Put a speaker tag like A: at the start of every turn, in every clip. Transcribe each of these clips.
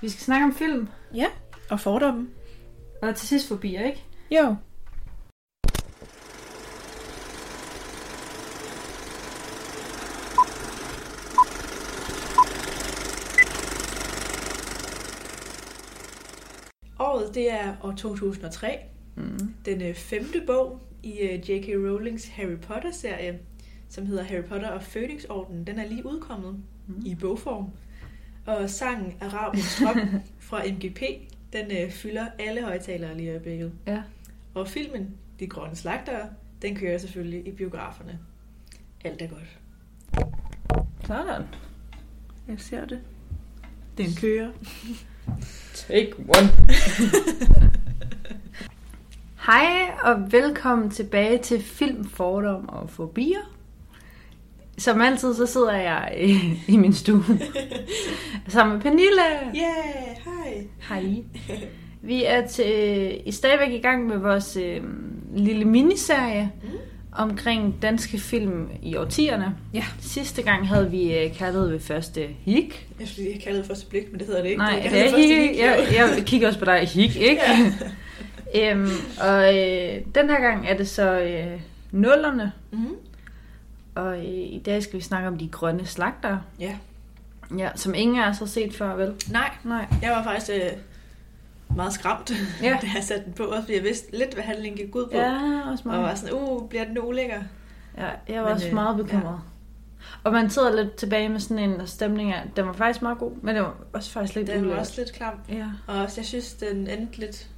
A: Vi skal snakke om film,
B: Og fordomme.
A: og til sidst fobier, ikke?
B: Jo. Året det er år 2003.
A: Mm.
B: Den øh, femte bog i øh, J.K. Rowlings Harry Potter-serie, som hedder Harry Potter og Fødningsorden, den er lige udkommet
A: Mm.
B: i bogform. Og sangen Arabiens Drøm fra MGP, den øh, fylder alle højtalere lige i øjeblikket.
A: Ja.
B: Og filmen De Grønne Slagtere, den kører selvfølgelig i biograferne. Alt er godt.
A: Sådan.
B: Jeg ser det. Den kører.
A: Take one. Hej og velkommen tilbage til Film, Fordom og Fobier. Som altid, så sidder jeg i, i min stue sammen med Pernille.
B: Yeah, hej.
A: Hej. Vi er til, i stadigvæk i gang med vores øh, lille miniserie
B: Mm.
A: omkring danske film i årtierne.
B: Ja.
A: Sidste gang havde vi øh, kaldet ved første hik.
B: Jeg skulle lige have kaldet det første blik, men det hedder det ikke.
A: Nej,
B: altså,
A: det
B: jeg
A: er
B: kalder første
A: hik.
B: blik,
A: Jeg,
B: jo.
A: jeg kigger også på dig hik, ikke? Ja. øhm, og øh, den her gang er det så øh, nullerne,
B: Mhm.
A: og øh, i dag skal vi snakke om de grønne slagter.
B: Ja.
A: Ja, som ingen af os har set før, vel?
B: Nej,
A: Nej.
B: Jeg var faktisk øh, meget skræmt,
A: Ja.
B: ja. da jeg satte den på, også fordi jeg vidste lidt, hvad handlingen gik ud på.
A: Ja, også
B: Og
A: mig.
B: var sådan, uh, bliver den ulækker?
A: Ja, jeg var
B: Men,
A: også
B: øh,
A: meget bekymret. Og man sidder lidt tilbage med sådan en stemning af, den var faktisk meget god, men den var også faktisk lidt
B: Den var
A: ulækker.
B: også lidt klam.
A: Ja,
B: Og også, jeg synes, den endte lidt,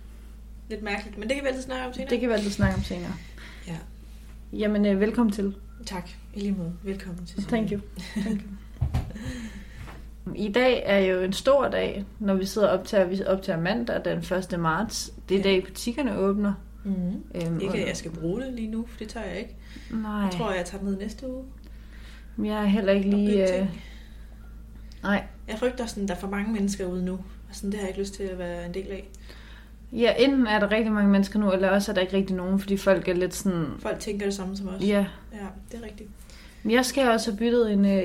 B: lidt mærkeligt. Men det kan vi altid snakke om senere.
A: det kan vi altid snakke om senere.
B: Ja.
A: Jamen, øh, velkommen til.
B: Tak. I lige måde. Velkommen til.
A: Thank you. Thank you. I dag er jo en stor dag, når vi sidder og optager, vi optager mandag den 1. marts. Det er i
B: Ja.
A: dag, butikkerne åbner.
B: Mm-hmm.
A: Øhm,
B: Ikke,
A: og-
B: at jeg skal bruge det lige nu, for det tør jeg ikke.
A: Nej,
B: Jeg tror, jeg tager den ned næste uge.
A: men jeg er heller ikke lige...
B: Og
A: Øh,
B: ting.
A: nej.
B: Jeg frygter sådan, der er for mange mennesker ude nu. Og sådan, det har jeg ikke lyst til at være en del af.
A: Ja, enten er der rigtig mange mennesker nu, eller også er der ikke rigtig nogen, fordi folk er lidt sådan...
B: Folk tænker det samme som os.
A: Ja,
B: ja det er rigtigt.
A: men jeg skal også have byttet en, øh,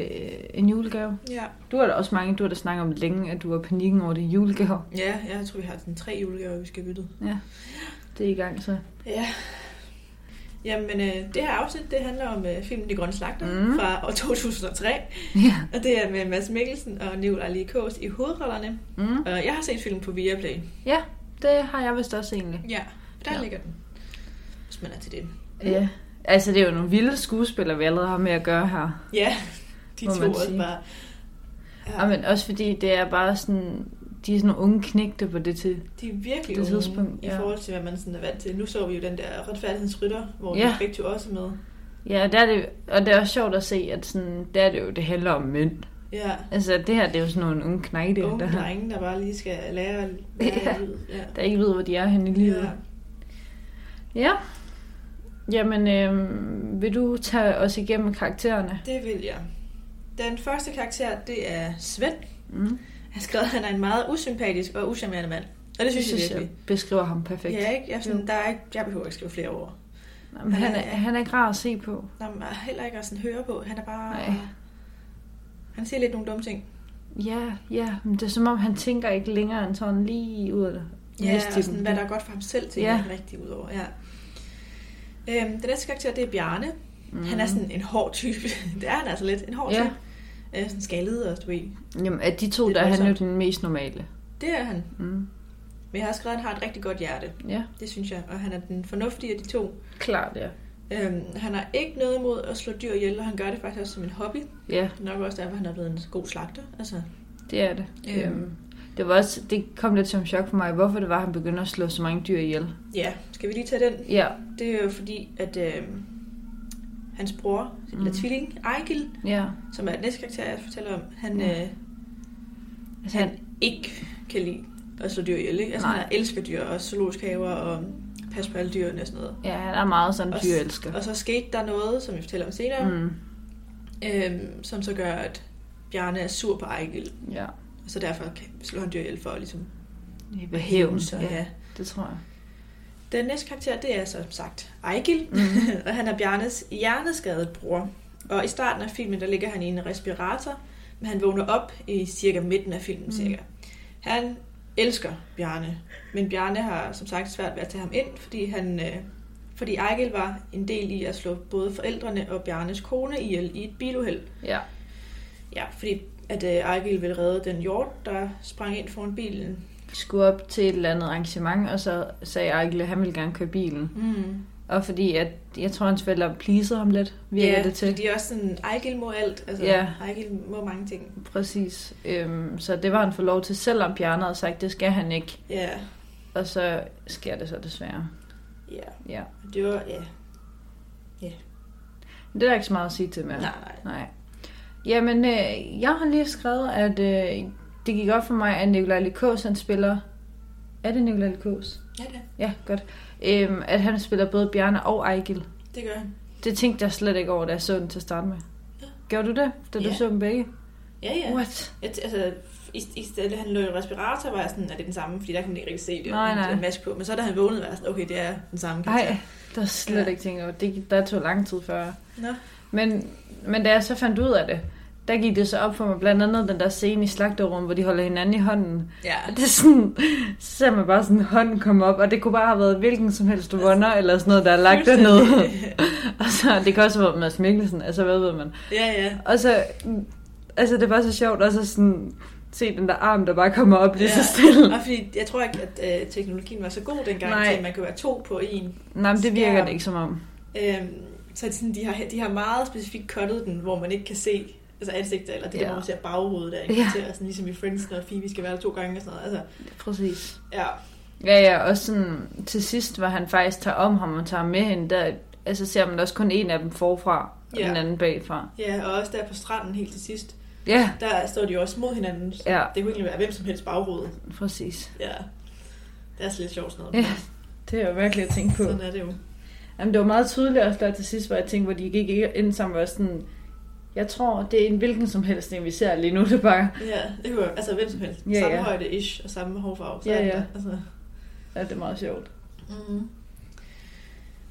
A: en julegave.
B: Ja.
A: Du har da også mange, du har da snakket om længe, at du har panikken over det julegave.
B: ja, jeg tror, vi har sådan tre julegaver, vi skal bytte.
A: Det er i gang, så.
B: Ja. Jamen, øh, det her afsnit, det handler om øh, filmen De Grønne Slagter
A: Mm.
B: mm. fra år 2003.
A: Ja.
B: Og det er med Mads Mikkelsen og Nicolaj Ali Kås i hovedrollerne.
A: Mm.
B: Og jeg har set filmen på Viaplay.
A: Ja, det har jeg vist også egentlig.
B: Ja, der
A: Ja.
B: ja. ligger den. Hvis man er til det.
A: Ja, altså det er jo nogle vilde skuespillere, vi allerede har med at gøre her.
B: Ja, de
A: Må
B: to
A: man
B: også
A: sige.
B: bare...
A: Ja.
B: Ja,
A: men også fordi det er bare sådan, de er sådan nogle unge knægte på det til.
B: de er virkelig
A: det
B: unge
A: tidspunkt,
B: i
A: ja.
B: forhold til, hvad man sådan er vant til. Nu så vi jo den der retfærdighedsrytter, hvor
A: Ja.
B: ja. de begge to også er med.
A: Ja, der er det, og det er også sjovt at se, at sådan, der er det jo, det handler om mænd.
B: Ja,
A: Altså det her, det er jo sådan nogle unge knægte,
B: unge
A: der,
B: drenge, der bare lige skal lære, lære
A: Ja.
B: ja. livet. Ja.
A: der ikke ved, hvor de er henne i livet.
B: Ja.
A: Ja. ja. Jamen, øh, vil du tage os igennem karaktererne?
B: Det vil jeg. Den første karakter, det er Svend.
A: Mm.
B: Jeg har skrevet, at han er en meget usympatisk og uschammerende mand. Og det synes, det jeg virkelig.
A: beskriver ham perfekt.
B: Jeg, ja, ikke? Jeg, er
A: Jo.
B: sådan, der er ikke, jeg behøver ikke skrive flere ord.
A: Jamen, han, er, han er ikke rar at se på.
B: Der er heller ikke at sådan høre på. Han er bare...
A: Nej.
B: Han siger lidt nogle dumme ting.
A: Ja, ja, men det er som om, han tænker ikke længere end sådan lige ud af det.
B: Ja,
A: Næste
B: og sådan,
A: dem.
B: hvad der er godt for ham selv, tænker
A: Ja.
B: ja. han rigtig ud over. Ja. Øhm, den næste karakter, det er Bjarne. Mm. Han er sådan en hård type. det er han altså lidt. En hård
A: Ja.
B: type. Øh, sådan skaldet og du ved.
A: Jamen, af de to,
B: Lidt
A: der er han jo
B: voldsomt.
A: den mest normale.
B: Det er han.
A: Mm.
B: Men jeg har skrevet, at han har et rigtig godt hjerte.
A: Ja,
B: Det synes jeg. Og han er den fornuftige af de to.
A: klart, ja.
B: Øhm, han har ikke noget imod at slå dyr ihjel, og han gør det faktisk også som en hobby.
A: Ja,
B: Det er nok også derfor, han er blevet en god slagter. Altså,
A: det er det.
B: Øhm.
A: Øhm. Det, var også, det kom lidt som chok for mig, hvorfor det var, at han begyndte at slå så mange dyr ihjel.
B: ja, skal vi lige tage den?
A: Ja,
B: Det er jo fordi, at øh, hans bror, mm. eller tvilling, Ejgil,
A: ja.
B: som er den næste karakter, jeg fortæller om, han,
A: Ja.
B: ja. øh,
A: Altså, han,
B: ikke kan lide at slå dyr ihjel. Ikke? Altså,
A: Nej.
B: han elsker dyr og zoologiske haver og passe på alle dyrene og sådan noget.
A: ja, han er meget sådan
B: Også-
A: dyrelsker.
B: Og så skete der noget, som vi fortæller om senere, mm.
A: Mm.
B: øh, som så gør, at Bjarne er sur på Ejgil,
A: Ja,
B: og så derfor kan- slår han dyr ihjel for at ligesom
A: ved hævn.
B: Så,
A: Ja,
B: ja.
A: det tror jeg.
B: Den næste karakter, det er som sagt Ejgil, mm. og han er Bjarnes hjerneskadede bror. Og i starten af filmen, der ligger han i en respirator, men han vågner op i cirka midten af filmen
A: Mm.
B: mm. cirka. Han elsker Bjarne, men Bjarne har som sagt svært ved at tage ham ind, fordi han øh, fordi Ejgil var en del i at slå både forældrene og Bjarnes kone ihjel i et biluheld.
A: Ja.
B: Ja, fordi at øh, Ejgil ville redde den hjort, der sprang ind foran bilen.
A: Vi skulle op til et eller andet arrangement, og så sagde Ejkel, at han ville gerne køre bilen.
B: Mm.
A: Og fordi, at jeg tror, hans forældre pleasede ham lidt, virker
B: ja,
A: det til.
B: fordi de er også sådan, Ejgil må alt. Altså,
A: Ja.
B: Ejgil må mange ting.
A: Præcis. Øhm, så det var han for lov til, selvom Bjarne havde sagt, det skal han ikke.
B: Ja,
A: Og så sker det så desværre.
B: ja.
A: Ja.
B: Det var, ja.
A: Men det er der ikke så meget at sige til med.
B: Nej, nej.
A: Nej. Jamen, øh, jeg har lige skrevet, at øh, det gik op for mig, at Nikolaj Likås, han spiller... Er det Nikolaj Likås?
B: Ja, det,
A: Ja, godt. Øhm, at han spiller både Bjarne og Ejgil.
B: det gør han.
A: Det tænkte jeg slet ikke over, da jeg så den til at starte med.
B: Ja.
A: Gjorde du det, da du
B: Ja.
A: så dem begge?
B: Ja, ja.
A: What?
B: Jeg t- altså, i, i stedet, da han lå i respirator, var jeg sådan, er det den samme? Fordi der kan man ikke rigtig se det.
A: Nej,
B: og
A: nej.
B: der er mask på. Men så da han vågnede, var jeg sådan, okay, det er den samme
A: Nej,
B: karakter.
A: der er slet
B: Ja.
A: ikke tænkt over. Det, der tog lang tid før.
B: Nå.
A: Men, men da jeg så fandt ud af det, der gik det så op for mig, blandt andet den der scene i slagterrummet, hvor de holder hinanden i hånden.
B: Ja.
A: Og det er sådan, så ser man bare sådan en hånd komme op, og det kunne bare have været hvilken som helst runner, eller sådan noget, der er lagt dernede. og så, det kan også have været Mads Mikkelsen, altså hvad ved man.
B: ja, ja.
A: Og så, mm, altså det var så sjovt, og så sådan, se den der arm, der bare kommer op lige
B: Ja.
A: så stille.
B: Og fordi jeg tror ikke, at øh, teknologien var så god dengang,
A: Nej.
B: til at man kunne være to på en.
A: Nej, men det virker
B: Skærm.
A: det ikke som om.
B: Øhm, så er det sådan, de, har, de har meget specifikt cuttet den, hvor man ikke kan se altså ansigter, eller det
A: Ja.
B: der, hvor man ser baghovedet af en
A: Ja.
B: karakter, sådan ligesom i Friends, når Phoebe skal være der to gange og sådan noget. Altså,
A: Præcis.
B: ja,
A: Ja, ja, og sådan til sidst, hvor han faktisk tager om ham og tager med hende, der altså, ser man også kun en af dem forfra, og
B: Ja.
A: den anden bagfra.
B: ja, og også der på stranden helt til sidst,
A: Ja,
B: der står de jo også mod hinanden. Så
A: Ja.
B: Det kunne egentlig være hvem som helst baghovedet.
A: præcis.
B: Ja, det er altså lidt sjovt sådan noget.
A: Ja, det er jo virkelig at tænke på.
B: Sådan er det jo.
A: Jamen, det var meget tydeligt også der til sidst, hvor jeg tænkte, hvor de gik ind sammen, var sådan, jeg tror, det er en hvilken som helst en, vi ser lige nu, det er bare,
B: Ja, det kunne være, altså hvem som helst.
A: Ja,
B: Ja, samme
A: ja.
B: højde ish, og samme hårfarve. Så
A: Ja,
B: er det
A: ja.
B: der, Altså.
A: ja, det er meget sjovt. Mm-hmm.
B: Mm.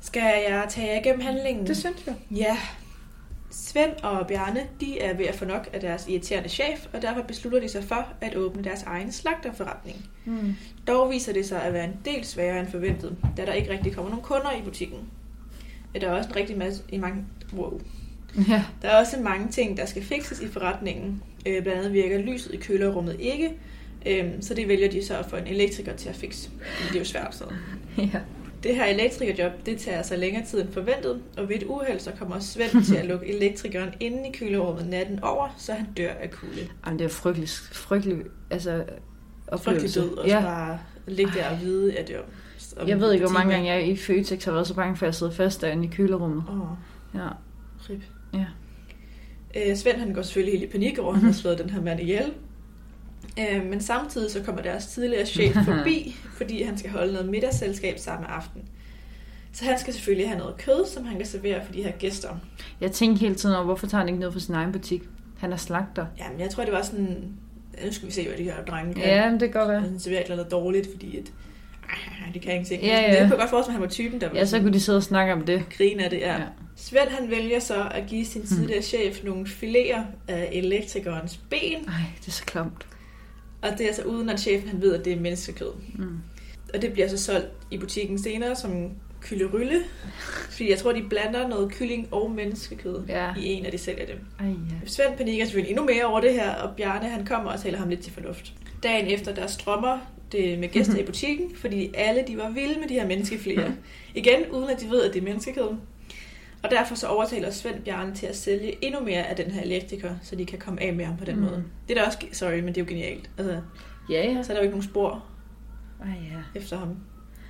B: Skal jeg tage jer igennem handlingen?
A: synes jeg.
B: Ja. Svend og Bjarne, de er ved at få nok af deres irriterende chef, og derfor beslutter de sig for at åbne deres egen slagterforretning.
A: Mm.
B: Dog viser det sig at være en del sværere end forventet, da der ikke rigtig kommer nogen kunder i butikken. Der er også en rigtig masse, i mange, wow,
A: Ja,
B: Der er også mange ting, der skal fikses i forretningen. Øh, blandt andet virker lyset i kølerummet ikke, øh, så det vælger de så at få en elektriker til at fikse. Men det er jo svært sådan.
A: ja.
B: Det her elektrikerjob, det tager så længere tid end forventet, og ved et uheld, så kommer Svend til at lukke elektrikeren inde i kølerummet natten over, så han dør af kulde.
A: Jamen, det er frygtelig, frygtelig, altså,
B: Frygtelig
A: oplevelse.
B: død, og ja.
A: ja.
B: bare ligge der og vide, at det var...
A: Jeg ved ikke, hvor mange gange jeg i Føtex har været så bange for, at jeg sidder fast derinde i kølerummet.
B: Åh,
A: Ja.
B: rip.
A: Ja.
B: Øh, Svend han går selvfølgelig helt i panik over, at han har slået den her mand ihjel. Øh, men samtidig så kommer deres tidligere chef forbi, fordi han skal holde noget middagsselskab samme aften. Så han skal selvfølgelig have noget kød, som han kan servere for de her gæster.
A: Jeg tænkte hele tiden over, hvorfor tager han ikke noget fra sin egen butik? Han er slagter.
B: Jamen, jeg tror, det var sådan... Nu skal vi se, hvad de her drenge kan.
A: Ja, men det kan godt
B: Og
A: være.
B: han serverer et eller andet dårligt, fordi at, ah, det kan ingenting.
A: Ja,
B: Det
A: ja.
B: kunne jeg godt forestille mig, at han var typen, der ville
A: Ja, så kunne de sidde og snakke om det.
B: grine af det. Ja.
A: Ja. Hmm.
B: ja. Svend han vælger så at give sin tidligere chef nogle filéer af elektrikernes ben,
A: Ej, det er så klamt.
B: Og det er altså uden, at chefen han ved, at det er menneskekød.
A: Mm.
B: Og det bliver så solgt i butikken senere som kyllerylle. Fordi jeg tror, de blander noget kylling og menneskekød
A: Ja.
B: i en af de sælger dem.
A: Ej, ja.
B: Svend panikker selvfølgelig endnu mere over det her, og Bjarne han kommer og taler ham lidt til fornuft. Dagen efter, der strømmer det med gæster i butikken, fordi alle de var vilde med de her menneskeflæer. Igen, uden at de ved, at det er menneskekød. Og derfor så overtaler Svend Bjarne til at sælge endnu mere af den her elektriker, så de kan komme af med ham på den
A: Mm.
B: mm. måde. Det er da også, ge- sorry, men det er jo genialt. Altså,
A: Ja, ja.
B: så er der jo ikke nogen spor
A: Ej, ja.
B: efter ham.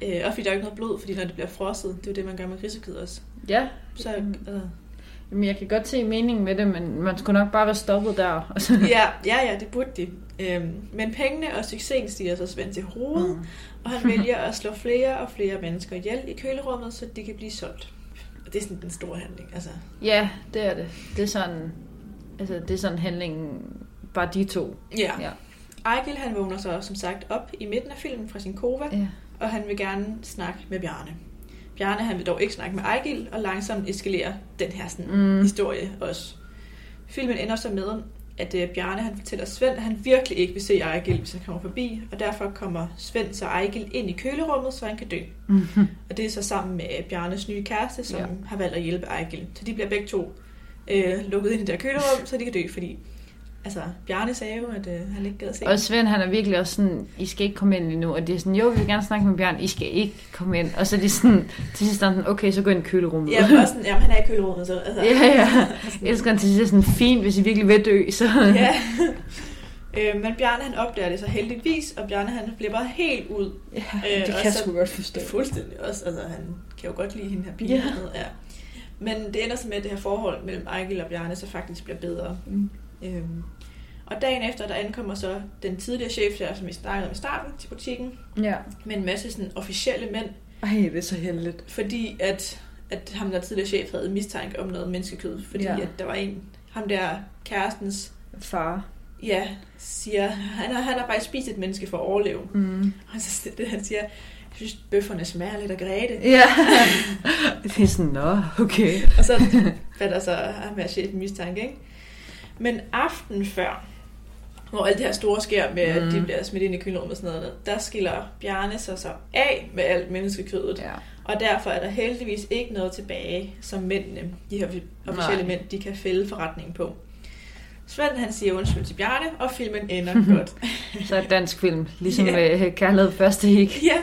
B: Øh, og fordi der er jo ikke noget blod, fordi når det bliver frosset, det er jo det, man gør med grisekød også.
A: Ja,
B: Så, altså,
A: Jamen, jeg kan godt se meningen med det, men man skulle nok bare være stoppet der. Og så...
B: ja, ja, ja, det burde de. Øhm, men pengene og succesen stiger så Svend til hovedet, mm. og han vælger at slå flere og flere mennesker ihjel i kølerummet, så de kan blive solgt. Og det er sådan den store handling, altså.
A: Ja, det er det. Det er sådan, altså, det er sådan handlingen, bare de to.
B: Ja.
A: Ja.
B: Ejgil, han vågner så som sagt op i midten af filmen fra sin kova,
A: Ja.
B: og han vil gerne snakke med Bjarne. Bjarne han vil dog ikke snakke med Ejgil, og langsomt eskalerer den her sådan,
A: Mm.
B: mm. historie også. Filmen ender så med, at øh, Bjarne han fortæller Svend, at han virkelig ikke vil se Ejgil, hvis han kommer forbi, og derfor kommer Svend så Ejgil ind i kølerummet, så han kan dø.
A: Mm.
B: Og det er så sammen med øh, Bjarnes nye kæreste, som
A: Ja.
B: har valgt at hjælpe Ejgil. Så de bliver begge to øh, lukket ind i det der kølerum, så de kan dø, fordi altså, Bjarne sagde jo, at øh, han ikke gad at se.
A: Og Svend, han er virkelig også sådan, I skal ikke komme ind endnu. Og det er sådan, jo, vi vil gerne snakke med Bjørn, I skal ikke komme ind. Og så er det sådan, til sidst er han sådan, okay, så gå ind i kølerummet.
B: Ja, men også sådan, jamen, han er i kølerummet, så altså,
A: ja, ja. Elsker han til sidst er sådan, fint, hvis I virkelig vil dø, så...
B: ja. Øh, men Bjarne han opdager det så heldigvis, og Bjarne han flipper helt ud. Øh, og så-
A: godt forstå.
B: Fuldstændig også. Altså, han kan jo godt lide hende her pige.
A: Ja.
B: Yeah. Ja. Men det ender så med, at det her forhold mellem Ejgil og Bjarne så faktisk bliver bedre.
A: Mm.
B: Øhm. Og dagen efter, der ankommer så den tidligere chef der, som vi snakkede om i starten, til butikken,
A: Ja.
B: med en masse sådan, officielle mænd,
A: Ej, det er så heldigt.
B: fordi at, at ham der tidligere chef havde mistanke om noget menneskekød, fordi
A: Ja.
B: yeah. at der var en, ham der kærestens,
A: Far.
B: ja, siger, han har, han har faktisk spist et menneske for at overleve.
A: Mm.
B: Og så siger det, han siger, jeg synes, bøfferne smager lidt af græde.
A: Ja. det er sådan, nå, okay.
B: Og så fatter så ham her chef mistanke, ikke? Men aften før, hvor alt det her store sker med, mm. at de
A: Mm.
B: bliver smidt ind i kølerummet og sådan noget, der skiller Bjarne sig så af med alt menneskekødet. Ja.
A: Ja.
B: Og derfor er der heldigvis ikke noget tilbage, som mændene, de her officielle
A: Nej.
B: mænd, de kan fælde forretningen på. Svend han siger undskyld til Bjarne, og filmen ender godt.
A: Så er dansk film, ligesom
B: Ja.
A: yeah. med Kærlighed Første Hik.
B: ja,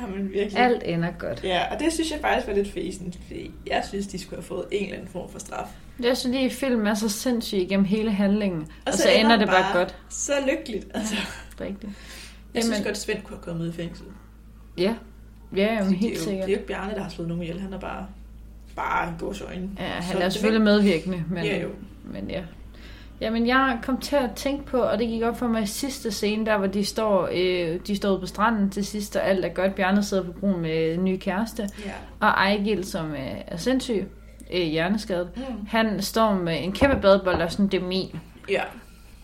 B: jamen virkelig.
A: Alt ender godt.
B: Ja, og det synes jeg faktisk var lidt fæsen, fordi jeg synes, de skulle have fået en eller anden form for straf.
A: Det er fordi, filmen er så sindssyg igennem hele handlingen. Og,
B: så
A: så,
B: ender
A: ender
B: den
A: det bare,
B: bare-
A: godt.
B: Så lykkeligt, altså.
A: Rigtigt.
B: Jeg synes
A: Jamen.
B: godt, Svend kunne have kommet i fængsel. Altså,
A: Ja, ja jamen, helt
B: det, er jo,
A: sikkert.
B: det er jo ikke Bjarne, der har slået nogen ihjel. Han er bare, bare en god øjne.
A: Ja, han er selvfølgelig medvirkende, men
B: Ja, jo.
A: men ja. Jamen, jeg kom til at tænke på, og det gik op for mig i sidste scene, der hvor de står, øh, de står ude på stranden til sidst, og alt er godt. Bjarne sidder på broen med en ny kæreste,
B: Ja.
A: og Ejgil, som øh, er sindssyg, øh, hjerneskadet,
B: Mm.
A: han står med en kæmpe badebold og sådan, det er min.
B: ja.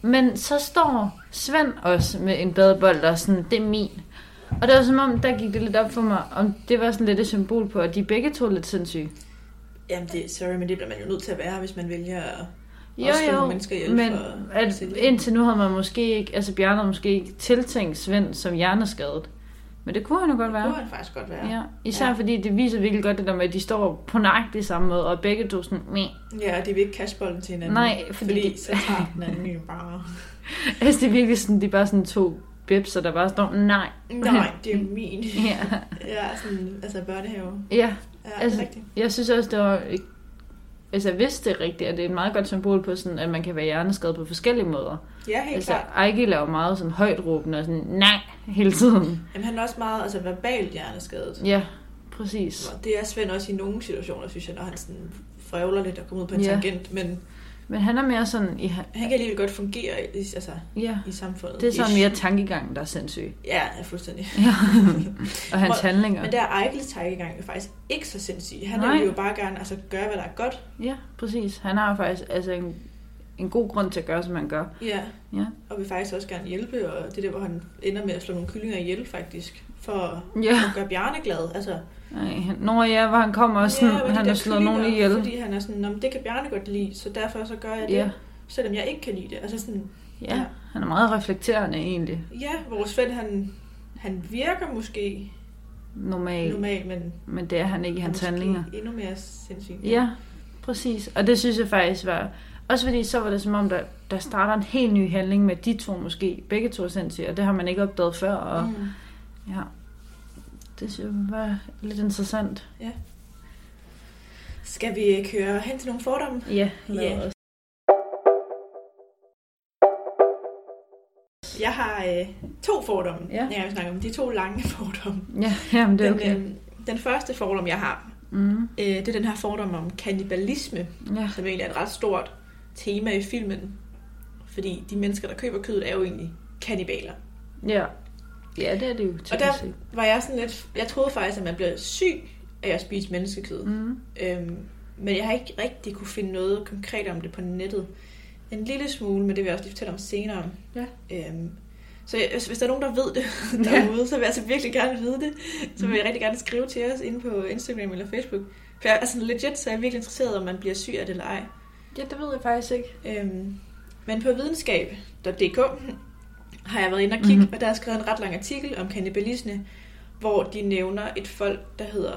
A: Men så står Svend også med en badebold og sådan, det er min. Og det var som om, der gik det lidt op for mig, om det var sådan lidt et symbol på, at de begge to er lidt sindssyge.
B: Jamen, det, sorry, men det bliver man jo nødt til at være, hvis man vælger at
A: Jo,
B: også slå
A: jo,
B: nogle mennesker ihjel.
A: men
B: for at
A: at
B: sælge.
A: indtil nu havde man måske ikke, altså Bjarne havde måske ikke tiltænkt Svend som hjerneskadet. Men det kunne han jo godt
B: Det
A: være.
B: kunne han faktisk godt være.
A: Ja, især
B: Ja.
A: fordi det viser virkelig godt det der med, at de står på nøjagtig samme måde, og begge to sådan, meh.
B: ja og de vil ikke kaste bolden til hinanden.
A: Nej, fordi
B: fordi
A: det-
B: så tager den anden jo bare.
A: Altså det er virkelig sådan, de er bare sådan to bipser, der bare står, nej.
B: Nej, det er min.
A: Ja,
B: Ja, sådan, altså børnehave.
A: ja.
B: Ja,
A: Altså,
B: altså, rigtigt.
A: jeg synes også, det var, altså hvis det er rigtigt, at det er et meget godt symbol på sådan, at man kan være hjerneskadet på forskellige måder.
B: Ja, helt
A: altså,
B: altså, klart.
A: Ejke laver meget sådan højt råbende og sådan, nej, hele tiden.
B: Jamen, han er også meget altså, verbalt hjerneskadet.
A: Ja, præcis.
B: Og Det er Svend også i nogle situationer, synes jeg, når han sådan frævler lidt og kommer ud på en
A: Ja.
B: tangent, men
A: Men han er mere sådan, i,
B: han kan alligevel godt fungere i, altså,
A: ja,
B: i samfundet.
A: det er sådan
B: Ish.
A: mere tankegangen, der er sindssyg.
B: Ja, ja, fuldstændig.
A: Ja. og hans
B: Hvor-
A: handlinger.
B: Men der er Eichels tankegang jo faktisk ikke så sindssyg. Han
A: Nej.
B: vil jo bare gerne altså, gøre, hvad der er godt.
A: Ja, præcis. Han har faktisk altså en, en god grund til at gøre, som han gør.
B: Ja.
A: Ja.
B: Og vil faktisk også gerne hjælpe, og det er der, hvor han ender med at slå nogle kyllinger ihjel, faktisk, for
A: Ja.
B: at gøre Bjarne glad. Altså,
A: Ej, han- Nå ja, hvor han kommer og sådan,
B: hvor
A: ja,
B: de
A: han
B: der
A: har slået nogen
B: kyllinger,
A: ihjel.
B: Fordi han er sådan, "Nå, men det kan Bjarne godt lide, så derfor så gør jeg det,
A: Ja.
B: selvom jeg ikke kan lide det. Altså sådan,
A: ja, han er meget reflekterende egentlig,
B: Ja, hvor Svend han, han virker måske
A: normalt.
B: normalt, men
A: Men det er han ikke i hans
B: måske
A: handlinger.
B: endnu mere sindssygt.
A: Ja, præcis. Og det synes jeg faktisk var... Også fordi så var det som om, der, der starter en helt ny handling med de to måske. Begge to er sindssyge, og det har man ikke opdaget før. Og,
B: Mm.
A: Ja. Det synes jeg var lidt interessant.
B: Skal vi øh, køre hen til nogle fordomme?
A: Ja,
B: lad
A: os.
B: Jeg har øh, to fordomme,
A: Ja.
B: jeg vil snakke om. De to lange fordomme.
A: Ja, jamen, det er
B: den,
A: okay.
B: øh, den første fordom, jeg har,
A: Mm.
B: øh, det er den her fordom om kannibalisme,
A: Ja.
B: som egentlig er et ret stort tema i filmen. Fordi de mennesker, der køber kødet, er jo egentlig kannibaler.
A: ja. Ja, det er det jo.
B: Og der var jeg sådan lidt... Jeg troede faktisk, at man blev syg af at spise menneskekød.
A: Mm.
B: Øhm, men jeg har ikke rigtig kunne finde noget konkret om det på nettet. En lille smule, men det vil jeg også lige fortælle om senere.
A: Ja.
B: Øhm, så jeg, hvis, hvis der er nogen, der ved det
A: Ja.
B: derude, så vil jeg altså virkelig gerne vide det. Så vil jeg rigtig gerne skrive til os inde på Instagram eller Facebook. For jeg er altså legit, så er jeg virkelig interesseret, om man bliver syg af det eller ej.
A: Ja, det ved jeg faktisk ikke.
B: Øhm, Men på videnskab.dk har jeg været inde og kigge,
A: Mhm.
B: mm-hmm. og der er skrevet en ret lang artikel om kannibalisme, hvor de nævner et folk, der hedder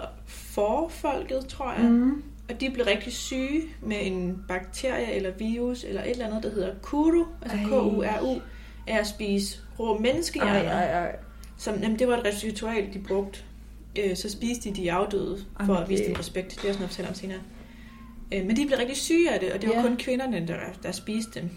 B: forfolket, tror jeg.
A: Mm.
B: Og de blev rigtig syge med en bakterie eller virus eller et eller andet, der hedder kuru, altså
A: Ej.
B: K-U-R-U, af at spise rå
A: Ej,
B: menneskehjerner.
A: ej, ej.
B: Som, jamen, det var et ritual, de brugte. Øh, så spiste de de afdøde for
A: Jamen,
B: at vise
A: det-
B: dem respekt. Det er jeg sådan fortæller om senere. Øh, men de blev rigtig syge af det, og det var
A: Ja.
B: kun kvinderne, der, der spiste dem.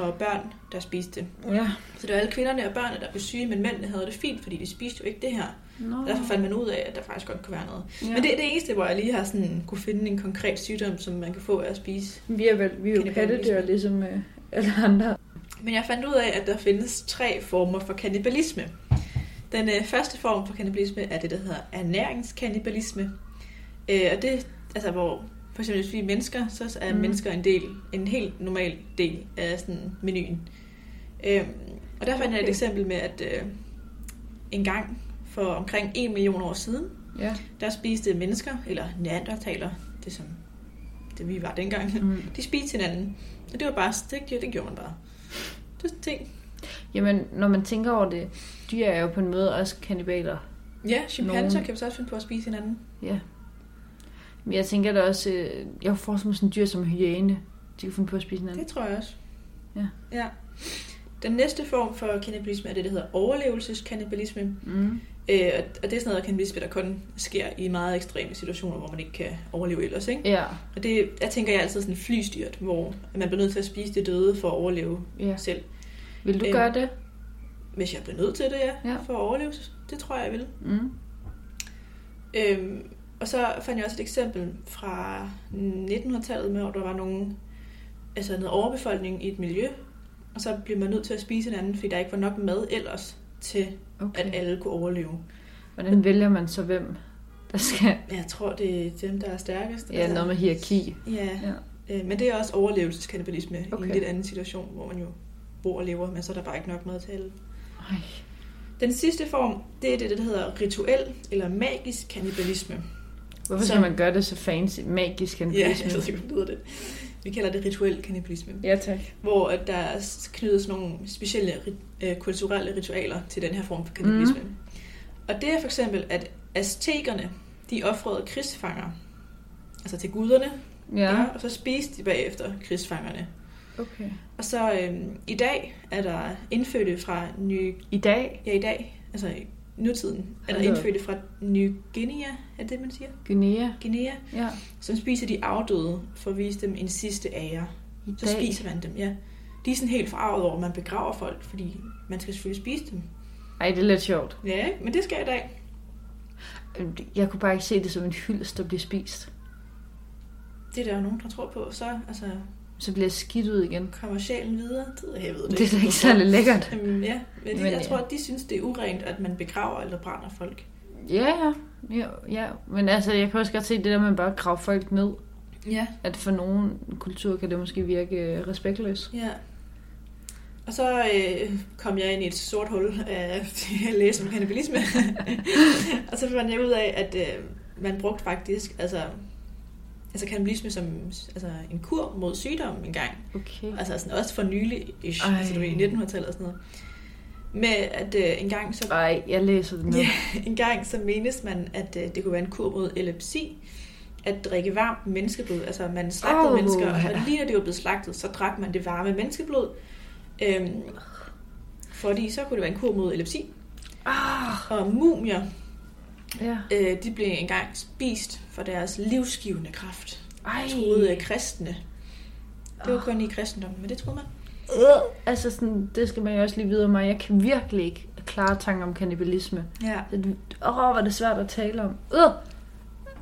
B: Og børn, der spiste dem.
A: Ja.
B: Så det var alle kvinderne og børnene, der blev syge, men mændene havde det fint, fordi de spiste jo ikke det her.
A: No.
B: Og derfor fandt man ud af, at der faktisk godt kunne være noget.
A: ja.
B: Men det er det eneste, hvor jeg lige har sådan, kunne finde en konkret sygdom, som man kan få af at spise.
A: Vi er, vel, vi er jo
B: Kannibalisme.
A: pattedyr, ligesom øh, alle andre.
B: Men jeg fandt ud af, at der findes tre former for kannibalisme. Den øh, første form for kannibalisme er det, der hedder ernæringskannibalisme. Øh, og det, altså hvor for eksempel hvis vi er mennesker, så er
A: Mm.
B: mm. mennesker en del, en helt normal del af sådan menuen. Øh, og der fandt jeg et
A: Okay.
B: eksempel med, at øh, en gang for omkring 1 million år siden,
A: Ja.
B: der spiste mennesker, eller neandertaler, det som det vi var dengang,
A: Mm.
B: de spiste hinanden. Og det var bare stik, det, det gjorde man bare. Det er ting.
A: Jamen, når man tænker over det, dyr er jo på en måde også kannibaler.
B: Ja, chimpanser
A: Nogen-
B: kan vi så også finde på at spise hinanden.
A: Ja. Men jeg tænker da også, øh, jeg får som sådan en dyr som hyæne. De kan finde på at spise hinanden.
B: Det tror jeg også.
A: Ja.
B: ja. Den næste form for kannibalisme er det, der hedder overlevelseskannibalisme.
A: Mm.
B: Øh, og- og det er sådan noget kannibalisme, der kun sker i meget ekstreme situationer, hvor man ikke kan overleve ellers. Ikke?
A: Ja,
B: Og det, jeg tænker jeg er altid sådan flystyrt, hvor man bliver nødt til at spise det døde for at overleve
A: ja.
B: selv.
A: Vil du
B: Øhm.
A: gøre det?
B: Hvis jeg bliver nødt til det, ja,
A: Ja.
B: for at overleve, så- det tror jeg, jeg vil.
A: Mm.
B: Øhm, og så fandt jeg også et eksempel fra 1900-tallet med, hvor der var nogen, altså noget overbefolkning i et miljø, og så blev man nødt til at spise hinanden, fordi der ikke var nok mad ellers til,
A: Okay.
B: at alle kunne overleve.
A: Hvordan vælger man så hvem, der skal? Altså-
B: Men Jeg tror, det er dem, der er stærkest. altså.
A: Ja, noget med hierarki.
B: Ja,
A: Ja.
B: øh, men det er også overlevelseskannibalisme okay. i
A: Okay.
B: en lidt anden situation, hvor man jo bor og lever, men så er der bare ikke nok mad til alle.
A: Ej.
B: Den sidste form, det er det, der hedder rituel eller magisk kannibalisme.
A: Hvorfor skal
B: Så-
A: man gøre det så fancy, magisk
B: Ja,
A: kannibalisme?
B: jeg ved ikke, hvordan det. Vi kalder det rituel kannibalisme.
A: ja, tak.
B: hvor at der er knyttet sådan nogle specielle ri- øh, kulturelle ritualer til den her form for kannibalisme. Mm. Og det er for eksempel, at aztekerne, de offrede krigsfanger, altså til guderne,
A: Ja,
B: og så spiste de bagefter krigsfangerne.
A: okay.
B: Og så øhm, i dag er der indfødte fra Ny...
A: I dag,
B: Ja, i dag, altså i nutiden, er der
A: Hold da op.
B: indfødte fra Ny Guinea, er det det, man siger?
A: Guinea.
B: Guinea,
A: Ja.
B: som spiser de afdøde for at vise dem en sidste ære.
A: I
B: Så
A: dag.
B: spiser man dem, ja. De er sådan helt forarvet over, at man begraver folk, fordi man skal selvfølgelig spise dem.
A: Ej, det er lidt sjovt.
B: Ja, ikke? men det skal jeg i dag.
A: Jeg kunne bare ikke se det som en hyldest, der bliver spist.
B: Det er der jo nogen, der tror på. Så altså,
A: Så bliver jeg skidt ud igen.
B: kommer sjælen videre. Det ved jeg, jeg ved det.
A: Det er da ikke særlig lækkert.
B: Jamen, ja, men, de,
A: Men
B: jeg
A: ja.
B: tror, at de synes, det er urent, at man begraver eller brænder folk.
A: Ja, ja. Ja, ja. Men altså, jeg kan også godt se det der med at bare grave folk ned.
B: Ja.
A: At for nogen kultur kan det måske virke øh, respektløst.
B: ja. Og så øh, kom jeg ind i et sort hul af at læse om kannibalisme. og så fandt jeg ud af, at øh, man brugte faktisk altså, altså kannibalisme som altså, en kur mod sygdom engang.
A: Okay.
B: Altså sådan, også for nylig ish,
A: Ej.
B: altså du ved, i 1900-tallet og sådan noget. Med at øh, en, gang, så,
A: Ej, jeg læser det nu.
B: ja, en gang så menes man, at øh, det kunne være en kur mod epilepsi, at drikke varmt menneskeblod. Altså man slagtede
A: Åh.
B: oh. mennesker, og lige når det var blevet slagtet, så drak man det varme menneskeblod. Øhm, fordi så kunne det være en kur mod epilepsi.
A: Ah,
B: Og mumier,
A: ja.
B: øh, de blev engang spist for deres livsgivende kraft.
A: Ej.
B: Troede af kristne. Det var kun i kristendommen, men det troede man.
A: Øh, Altså, sådan, det skal man jo også lige vide om mig. Jeg kan virkelig ikke klare tanker om kannibalisme.
B: Ja.
A: Det- Åh, oh, var det svært at tale om. Øh.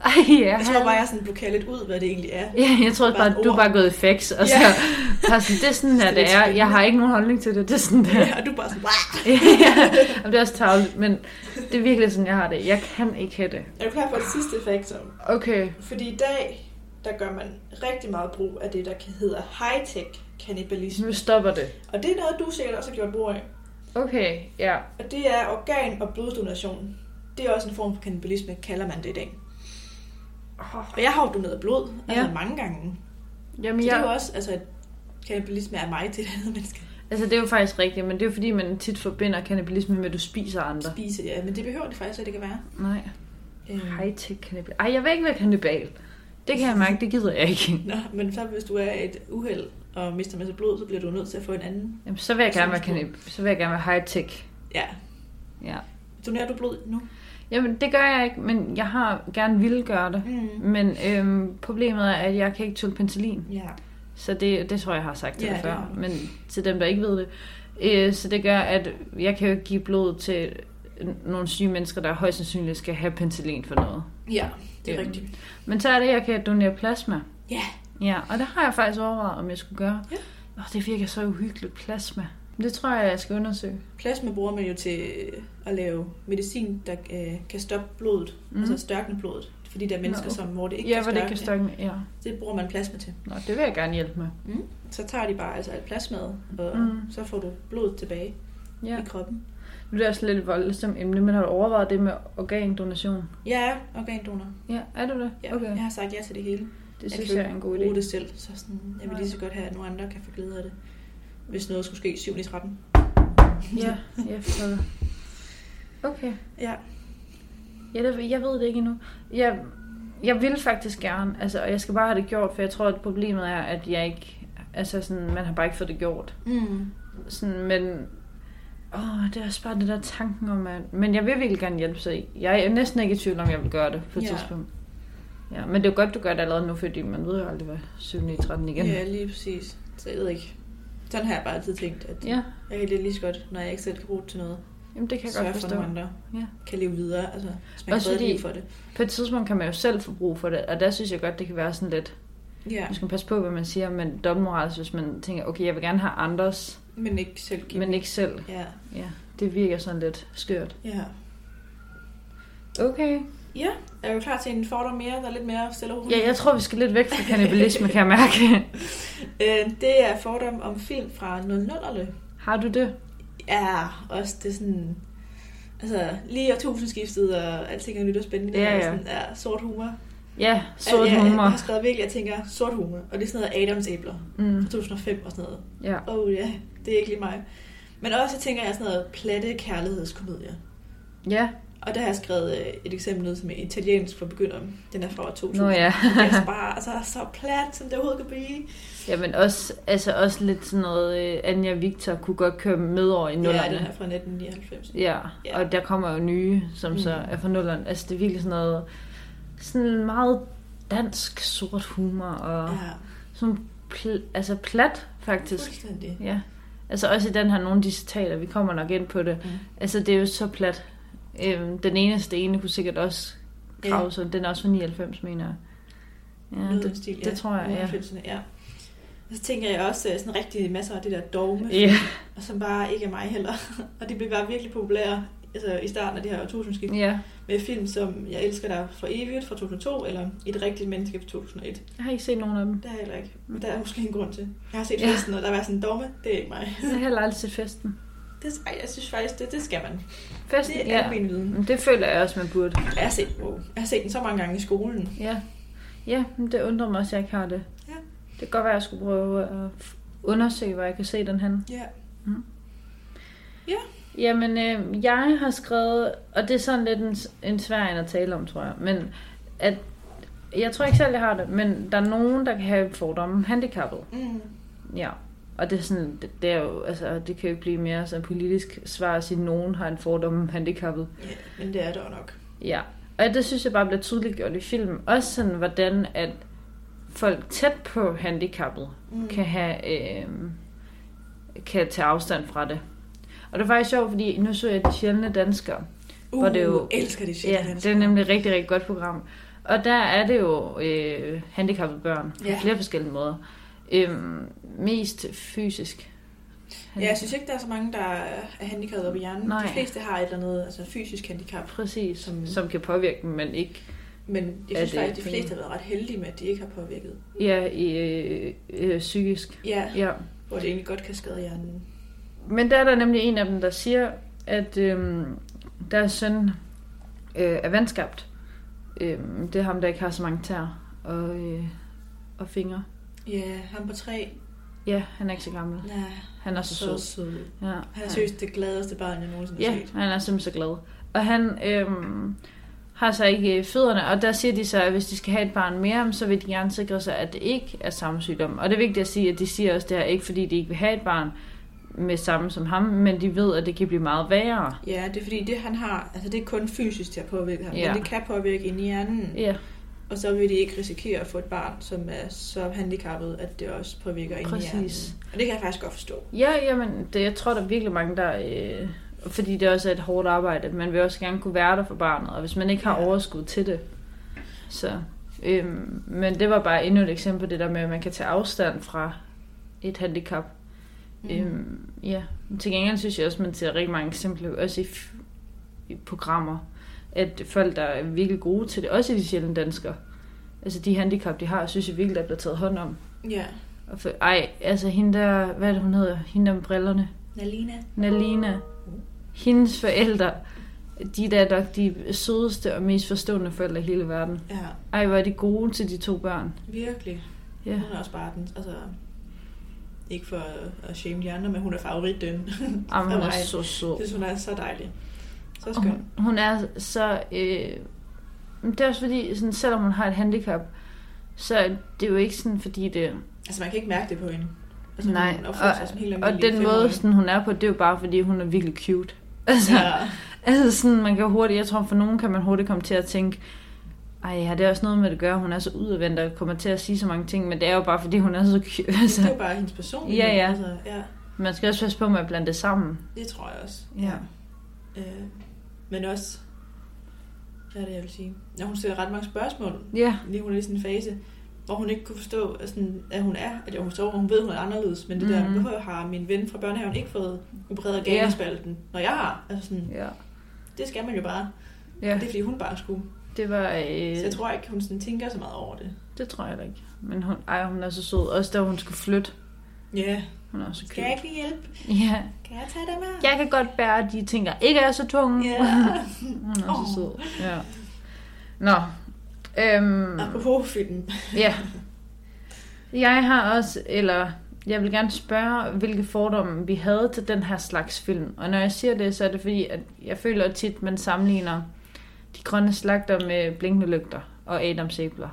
A: Ej, jeg,
B: Jeg tror bare, jeg sådan blev kaldet lidt ud, hvad det egentlig er.
A: Ja, jeg tror
B: Bare
A: bare,
B: et
A: du er
B: ord.
A: bare gået i fax, og så
B: Ja.
A: bare sådan, det er sådan her,
B: Det er
A: det
B: lidt
A: er. Jeg
B: spændende.
A: har ikke nogen holdning til det, det er sådan der.
B: Ja, og du er bare sådan, "Wah!"
A: Ja. Jamen, det er også tavligt, men det er virkelig sådan, jeg har det. Jeg kan ikke have det.
B: Er du klar på det sidste faktum?
A: Okay.
B: Fordi i dag, der gør man rigtig meget brug af det, der kan- hedder high-tech kannibalisme.
A: Nu stopper det.
B: Og det er noget, du sikkert også har gjort brug af.
A: Okay, ja.
B: Og det er organ- og bloddonation. Det er også en form for kannibalisme, kalder man det i dag.
A: Oh,
B: Og jeg har jo doneret blod, altså
A: Ja.
B: mange gange.
A: jamen,
B: Så det er jo
A: jeg,
B: også altså, et Kannibalisme er mig til et andet menneske.
A: Altså, det er jo faktisk rigtigt, men det er jo fordi, man tit forbinder kannibalisme med, at du spiser andre.
B: Spise, ja, men det behøver det faktisk, at det kan være.
A: Nej.
B: Øhm,
A: High-tech kannibal. Ej, jeg vil ikke være kannibal. Det kan jeg mærke, det gider jeg ikke.
B: Øhm, Nå, men så hvis du er et uheld og mister masser af blod, så bliver du nødt til at få en anden.
A: Jamen, så vil jeg gerne være
B: Sådan
A: kannibal. Så vil jeg gerne være high-tech.
B: Ja.
A: Ja.
B: Donerer du blod nu?
A: Jamen, det gør jeg ikke, men jeg har gerne ville gøre det.
B: Mm.
A: Men øhm, problemet er, at jeg kan ikke tåle penicillin.
B: Ja.
A: Så det, det tror jeg, jeg har sagt til
B: Ja,
A: ja,
B: det
A: dig før,
B: har du.
A: men til dem, der ikke ved det. Øh, så det gør, at jeg kan jo ikke give blod til n- nogle syge mennesker, der højst sandsynligt skal have penicillin for noget.
B: Ja, det er
A: Øhm.
B: rigtigt.
A: Men så er det, at jeg kan donere plasma.
B: Ja.
A: Ja, og det har jeg faktisk overvejet, om jeg skulle gøre.
B: Ja.
A: Åh, det virker så uhyggeligt, plasma. Det tror jeg, jeg skal undersøge.
B: Plasma bruger man jo til at lave medicin, der øh, kan stoppe blodet, mm. altså størkne blodet. Fordi der er mennesker,
A: Nå.
B: som, hvor det ikke
A: ja,
B: kan
A: hvor
B: størkne.
A: det kan stokke med. Ja.
B: Det bruger man plasma til.
A: Nå, det vil jeg gerne hjælpe med.
B: Så tager de bare altså alt plasmaet, og mm.
A: Mm.
B: så får du blodet tilbage ja.
A: Ja.
B: i kroppen.
A: Nu er det også lidt et voldsomt emne, men har du overvejet det med organdonation?
B: Jeg er organdonor.
A: Ja, er du det?
B: Ja, okay. Jeg har sagt ja til det hele.
A: Det
B: kan
A: synes
B: jo
A: jeg er
B: ikke
A: en god idé.
B: bruge det selv, så sådan, jeg vil lige så godt have, at nogle andre kan få glæde af det. Hvis noget skulle ske 7. i 13.
A: Ja, jeg forstår det. Okay.
B: Ja.
A: Ja, det, jeg ved det ikke endnu. Jeg, jeg vil faktisk gerne, altså, og jeg skal bare have det gjort, for jeg tror, at problemet er, at jeg ikke... Altså, sådan, man har bare ikke fået det gjort.
B: Mm.
A: Sådan, men... Åh, det er også bare det der tanken om, at... Men jeg vil virkelig gerne hjælpe, så jeg er næsten ikke i tvivl om, jeg vil gøre det på et
B: Ja.
A: ja. tidspunkt. Ja, men det er jo godt, du gør det allerede nu, fordi man ved jo aldrig, hvad 7. i 13 igen.
B: Ja, lige præcis. Så jeg ved ikke. Sådan har jeg bare altid tænkt, at
A: ja.
B: jeg kan lige så godt, når jeg ikke selv kan bruge det til noget,
A: Jamen, det kan jeg
B: sørge
A: godt
B: for, at
A: forstå.
B: nogle andre
A: Ja.
B: kan leve videre. Altså, så man
A: Også
B: kan bedre
A: fordi-
B: liv for det.
A: På et tidspunkt kan man jo selv få brug for det, og der synes jeg godt, det kan være sådan lidt...
B: Ja,
A: Nu skal man passe på, hvad man siger, men dobbeltmoralsk, hvis man tænker, okay, jeg vil gerne have andres,
B: men ikke selv give.
A: men ikke selv.
B: Ja,
A: Ja, det virker sådan lidt skørt.
B: ja.
A: Okay.
B: Ja, er du klar til en fordom mere, der er lidt mere stille og roligt?
A: Ja, jeg tror, vi skal lidt væk fra kannibalisme, kan jeg mærke.
B: Øh, det er fordom om film fra 00'erne.
A: Har du det?
B: Ja, også det er sådan... Altså, lige årtusindskiftet og alting er nyt og spændende.
A: Ja,
B: og
A: ja.
B: Sådan, ja, sort humor.
A: Ja, sort
B: ja, Jeg, jeg
A: humor.
B: har skrevet virkelig, jeg tænker, sort humor. Og det er sådan noget Adams æbler
A: Mm,
B: fra 2005 og sådan noget.
A: ja.
B: Åh oh, ja, yeah, det er ikke lige mig. Men også, jeg tænker, jeg er sådan noget platte kærlighedskomedier.
A: Ja,
B: Og der har jeg skrevet øh, et eksempel ned, som er italiensk for begyndere. Den er fra 2000.
A: nå ja.
B: Den er altså bare altså, så plat, som det overhovedet kan blive.
A: ja, men også, altså også lidt sådan noget, øh, Anja Victor kunne godt køre med over i
B: Ja, den
A: nullerne.
B: er fra 1999.
A: Ja,
B: Ja.
A: og der kommer jo nye, som så
B: Mm.
A: er fra nullerne. Altså, det er virkelig sådan noget, sådan meget dansk sort humor, og
B: Ja,
A: sådan pl- altså plat, faktisk.
B: fuldstændig.
A: Ja, altså også i den her, nogle af de citater, vi kommer nok ind på det.
B: Mm.
A: Mm. Altså det er jo så plat. Øhm, den eneste ene kunne sikkert også
B: Ja.
A: grave sig, den er også fra 99, mener jeg. Ja,
B: Noget i den
A: det,
B: stil, ja.
A: det tror jeg, ja.
B: 98'erne, ja. Og så tænker jeg også øh, sådan rigtig masser af det der dogme,
A: ja.
B: og som bare ikke er mig heller. og det blev bare virkelig populære altså, i starten af det her årtusindskift
A: ja.
B: med film som Jeg elsker dig for evigt fra 2002, eller Et rigtigt menneske fra 2001.
A: Jeg har ikke set nogen af dem.
B: Det har jeg heller ikke. Men der er måske en grund til. Jeg har set
A: Mm. Ja.
B: festen, og der var sådan en dogme. Det er ikke mig.
A: Jeg har heller aldrig set festen.
B: Det, ej, jeg synes faktisk, det, det skal man.
A: Festen,
B: Det er
A: ja. Mm.
B: min viden.
A: Men det føler jeg også, man burde.
B: Jeg har, set, wow. jeg har set den så mange gange i skolen.
A: Ja, ja men det undrer mig også, at jeg ikke har det.
B: Ja.
A: Det kan godt være, at jeg skulle prøve at f- undersøge, hvor jeg kan se den hen.
B: Ja.
A: Mm. Jamen, øh, jeg har skrevet, og det er sådan lidt en, en svær en at tale om, tror jeg, men at, jeg tror ikke selv, jeg har det, men der er nogen, der kan have fordomme om handicappede.
B: Mm.
A: Ja. Og det er sådan, det, det er jo, altså, det kan jo ikke blive mere sådan politisk svar at sige, at nogen har en fordom om handicappede.
B: ja. Men det er der jo nok.
A: Ja. Og det synes jeg bare bliver tydeligt gjort i filmen. Også sådan, hvordan at folk tæt på handicappede
B: Mm.
A: kan have øh, kan tage afstand fra det. Og det er faktisk sjovt, fordi nu så jeg de sjældne danskere.
B: Uh,
A: hvor det jo-
B: elsker de sjældne
A: Ja, det er nemlig et rigtig, rigtig godt program. Og der er det jo øh, handicappede børn på
B: Ja.
A: flere forskellige måder. Øhm, mest fysisk.
B: Ja, jeg synes ikke, der er så mange, der er handicappede oppe i hjernen.
A: Nej.
B: De fleste har et eller andet altså fysisk handicap.
A: Præcis,
B: Som-
A: som, som kan påvirke dem, men ikke
B: Men jeg
A: Er
B: synes
A: det
B: faktisk, de
A: ikke-
B: fleste har været ret heldige med, at de ikke har påvirket.
A: ja, i, øh, øh, psykisk.
B: Ja,
A: Ja.
B: hvor det egentlig godt kan skade hjernen.
A: Men der er der nemlig en af dem, der siger, at øh, deres søn øh, er vandskabt. Øh, det er ham, der ikke har så mange tær og, øh, og fingre.
B: Ja, ham på tre.
A: Ja, han er ikke så gammel.
B: Nej,
A: Han er så sød.
B: sød.
A: Ja,
B: Han er seriøst det gladeste barn, jeg nogensinde har
A: Ja,
B: set.
A: han er simpelthen så glad. Og han øhm, har så ikke øh, fødderne, og der siger de så, at hvis de skal have et barn mere, så vil de gerne sikre sig, at det ikke er samme sygdom. Og det er vigtigt at sige, at de siger også det her, ikke fordi de ikke vil have et barn med samme som ham, men de ved, at det kan blive meget værre.
B: Ja, det er fordi, det han har, altså det er kun fysisk, der påvirker ham, ja.
A: Ja.
B: men det kan påvirke ind i hjernen.
A: Ja,
B: Og så vil de ikke risikere at få et barn, som er så handicappet, at det også påvirker ind i
A: Præcis.
B: hjernen. Og det kan jeg faktisk godt forstå.
A: ja jamen, det, jeg tror, der er virkelig mange, der... Øh, fordi det også er et hårdt arbejde, at man vil også gerne kunne være der for barnet, og hvis man ikke har
B: Ja.
A: overskud til det, så... Øhm, men det var bare endnu et eksempel, det der med, at man kan tage afstand fra et handicap.
B: Mhm.
A: Mm.
B: Mm-hmm.
A: Øhm, ja. Til gengæld synes jeg også, man ser rigtig mange eksempler, også i, f- i programmer, at folk, der er virkelig gode til det, også i de sjældne danskere, altså de handicap, de har, synes jeg virkelig, der bliver taget hånd om.
B: Ja.
A: Og for, ej, altså hende der, hvad er det, hun hedder? Hende der med brillerne.
B: Nalina.
A: Nalina. Hendes forældre, de er da nok de sødeste og mest forstående forældre i hele verden.
B: Ja,
A: Ej, hvor er de gode til de to børn.
B: virkelig.
A: Ja.
B: Hun er også bare den, altså... Ikke for at shame de andre, men hun er favoritdøn.
A: Jamen, hun er
B: Ej,
A: så sød.
B: Jeg synes, hun er så dejlig. Så
A: Og
B: skøn.
A: hun, hun er så... Øh, men det er også fordi, sådan, selvom hun har et handicap, så er det jo ikke sådan, fordi det...
B: Altså, man kan ikke mærke det på hende. Altså,
A: Nej,
B: hun opfører sig som helt
A: og, og
B: almindelig
A: den
B: femårig.
A: måde, sådan, hun er på, det er jo bare, fordi hun er virkelig cute. Altså, ja.
B: Ja.
A: altså sådan, man kan hurtigt... Jeg tror, for nogen kan man hurtigt komme til at tænke, ej, har det også noget med det at gøre? Hun er så udadvendt og kommer til at sige så mange ting, men det er jo bare, fordi hun er så cute.
B: Altså, det er
A: Altså,
B: jo bare hendes personlighed.
A: Ja, ja.
B: Altså, ja,
A: man skal også passe på med at blande det sammen.
B: det tror jeg også.
A: Ja.
B: Øh, men også, hvad er det, jeg vil sige? Ja, hun stiller ret mange spørgsmål.
A: Ja,
B: Lige hun er i sådan en fase, hvor hun ikke kunne forstå, at, sådan, at hun er, at hun forstår, at hun ved, at hun er anderledes, men det mm. der,
A: Mhm.
B: hvorfor har min ven fra børnehaven ikke fået opereret
A: Ja.
B: ganespalten, når jeg har? Altså sådan,
A: ja,
B: det skal man jo bare. Ja.
A: ja.
B: Det er fordi, hun bare skulle.
A: Det var... Øh,
B: Så jeg tror ikke, hun sådan tænker så meget over det.
A: Det tror jeg da ikke. Men hun, ej, hun er så sød. Også da hun skulle flytte.
B: Ja.
A: Hun er også
B: Skal jeg
A: cute.
B: ikke lige hjælpe?
A: Ja.
B: Kan jeg tage dig med?
A: Jeg kan godt bære de ting, der ikke er så tunge.
B: Ja.
A: hun er så
B: Åh.
A: sød. Ja. Nå. Øhm,
B: Apropos filmen.
A: ja. Jeg har også, eller jeg vil gerne spørge, hvilke fordomme vi havde til den her slags film. Og når jeg siger det, så er det fordi, at jeg føler at tit, man sammenligner de grønne slagter med blinkende lygter og Adam Sabler.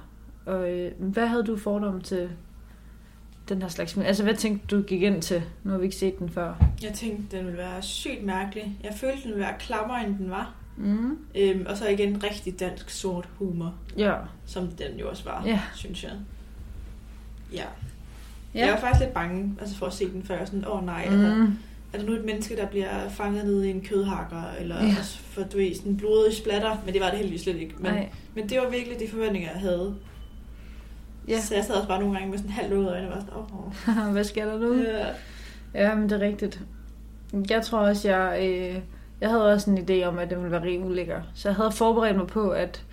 A: Og øh, hvad havde du fordomme til den her slags film? Altså, hvad tænkte du gik ind til? Nu har vi ikke set den før.
B: Jeg tænkte, den ville være sygt mærkelig. Jeg følte, den ville være klammere, end den var.
A: Mm.
B: Øhm, og så igen rigtig dansk sort humor,
A: Ja.
B: som den jo også var,
A: Ja.
B: synes jeg. Ja.
A: Ja.
B: ja. Jeg var faktisk lidt bange altså for at se den før. Jeg var Sådan, åh oh, nej, mm.
A: Mm.
B: er der nu et menneske, der bliver fanget ned i en kødhakker? Eller
A: Ja.
B: ja. for du ved, sådan blodige splatter. Men det var det heldigvis slet ikke. Men,
A: Nej.
B: men det var virkelig de forventninger, jeg havde.
A: Ja.
B: Så jeg sad også bare nogle gange med sådan halvt lukkede øjne og var sådan, åh, oh,
A: hvad sker der nu?
B: ja.
A: Ja, men det er rigtigt. Jeg tror også, jeg... Øh, jeg havde også en idé om, at det ville være rimelig ulækker. Så jeg havde forberedt mig på, at...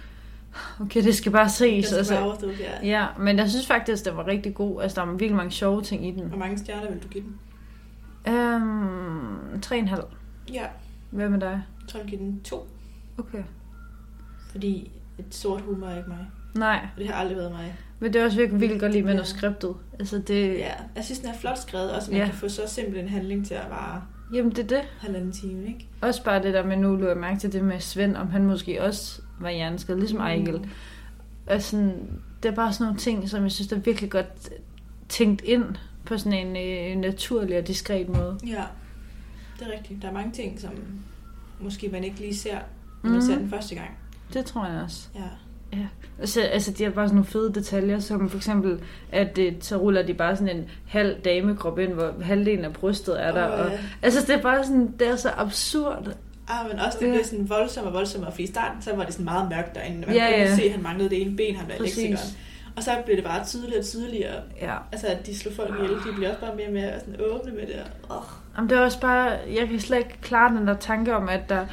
A: Okay, det skal bare
B: Jeg
A: ses.
B: skulle bare
A: Altså,
B: overstå, ja.
A: ja, men jeg synes faktisk, det var rigtig god. Altså, der var virkelig mange sjove ting i den.
B: Hvor mange stjerner vil du give den?
A: Øhm, tre en halv.
B: Ja,
A: Hvad med dig?
B: jeg tror, jeg vil give den to.
A: Okay.
B: Fordi et sort humor er ikke mig.
A: Nej,
B: Og det har aldrig været mig.
A: men det er også virkelig, virkelig godt lide manuskriptet. Altså, det...
B: Ja, jeg synes, den er flot skrevet, og så man
A: Ja.
B: ja. kan få så simpel en handling til at vare
A: Jamen, det er det.
B: halvanden time, ikke?
A: Også bare det der med, nu lå jeg mærke til det med Svend, om han måske også var hjerneskadet, ligesom Ejgel. Og sådan, det er bare sådan nogle ting, som jeg synes, der er virkelig godt tænkt ind på sådan en øh, naturlig og diskret måde.
B: Ja, det er rigtigt. Der er mange ting, som måske man ikke lige ser, når man
A: Mhm.
B: mm. ser den første gang.
A: Det tror jeg også.
B: Ja.
A: Altså, altså, de har bare sådan nogle fede detaljer, som for eksempel, at øh, så ruller de bare sådan en halv damekrop ind, hvor halvdelen af brystet er der.
B: Og,
A: Og,
B: øh,
A: altså, det er bare sådan, det er så absurd.
B: ah, men også det
A: Ja.
B: bliver sådan voldsommere og voldsommere, fordi i starten så var det sådan meget mørkt derinde. Man
A: Ja,
B: ja, kunne
A: ja.
B: ja. se, at han manglede det ene ben, han var
A: Præcis.
B: leksikeren. Og så blev det bare tydeligere og tydeligere.
A: Ja.
B: Altså, at de slog folk ihjel, de blev også bare mere og mere sådan åbne med det. Og, oh,
A: Jamen, det er også bare, jeg kan slet ikke klare den der tanke om, at, der,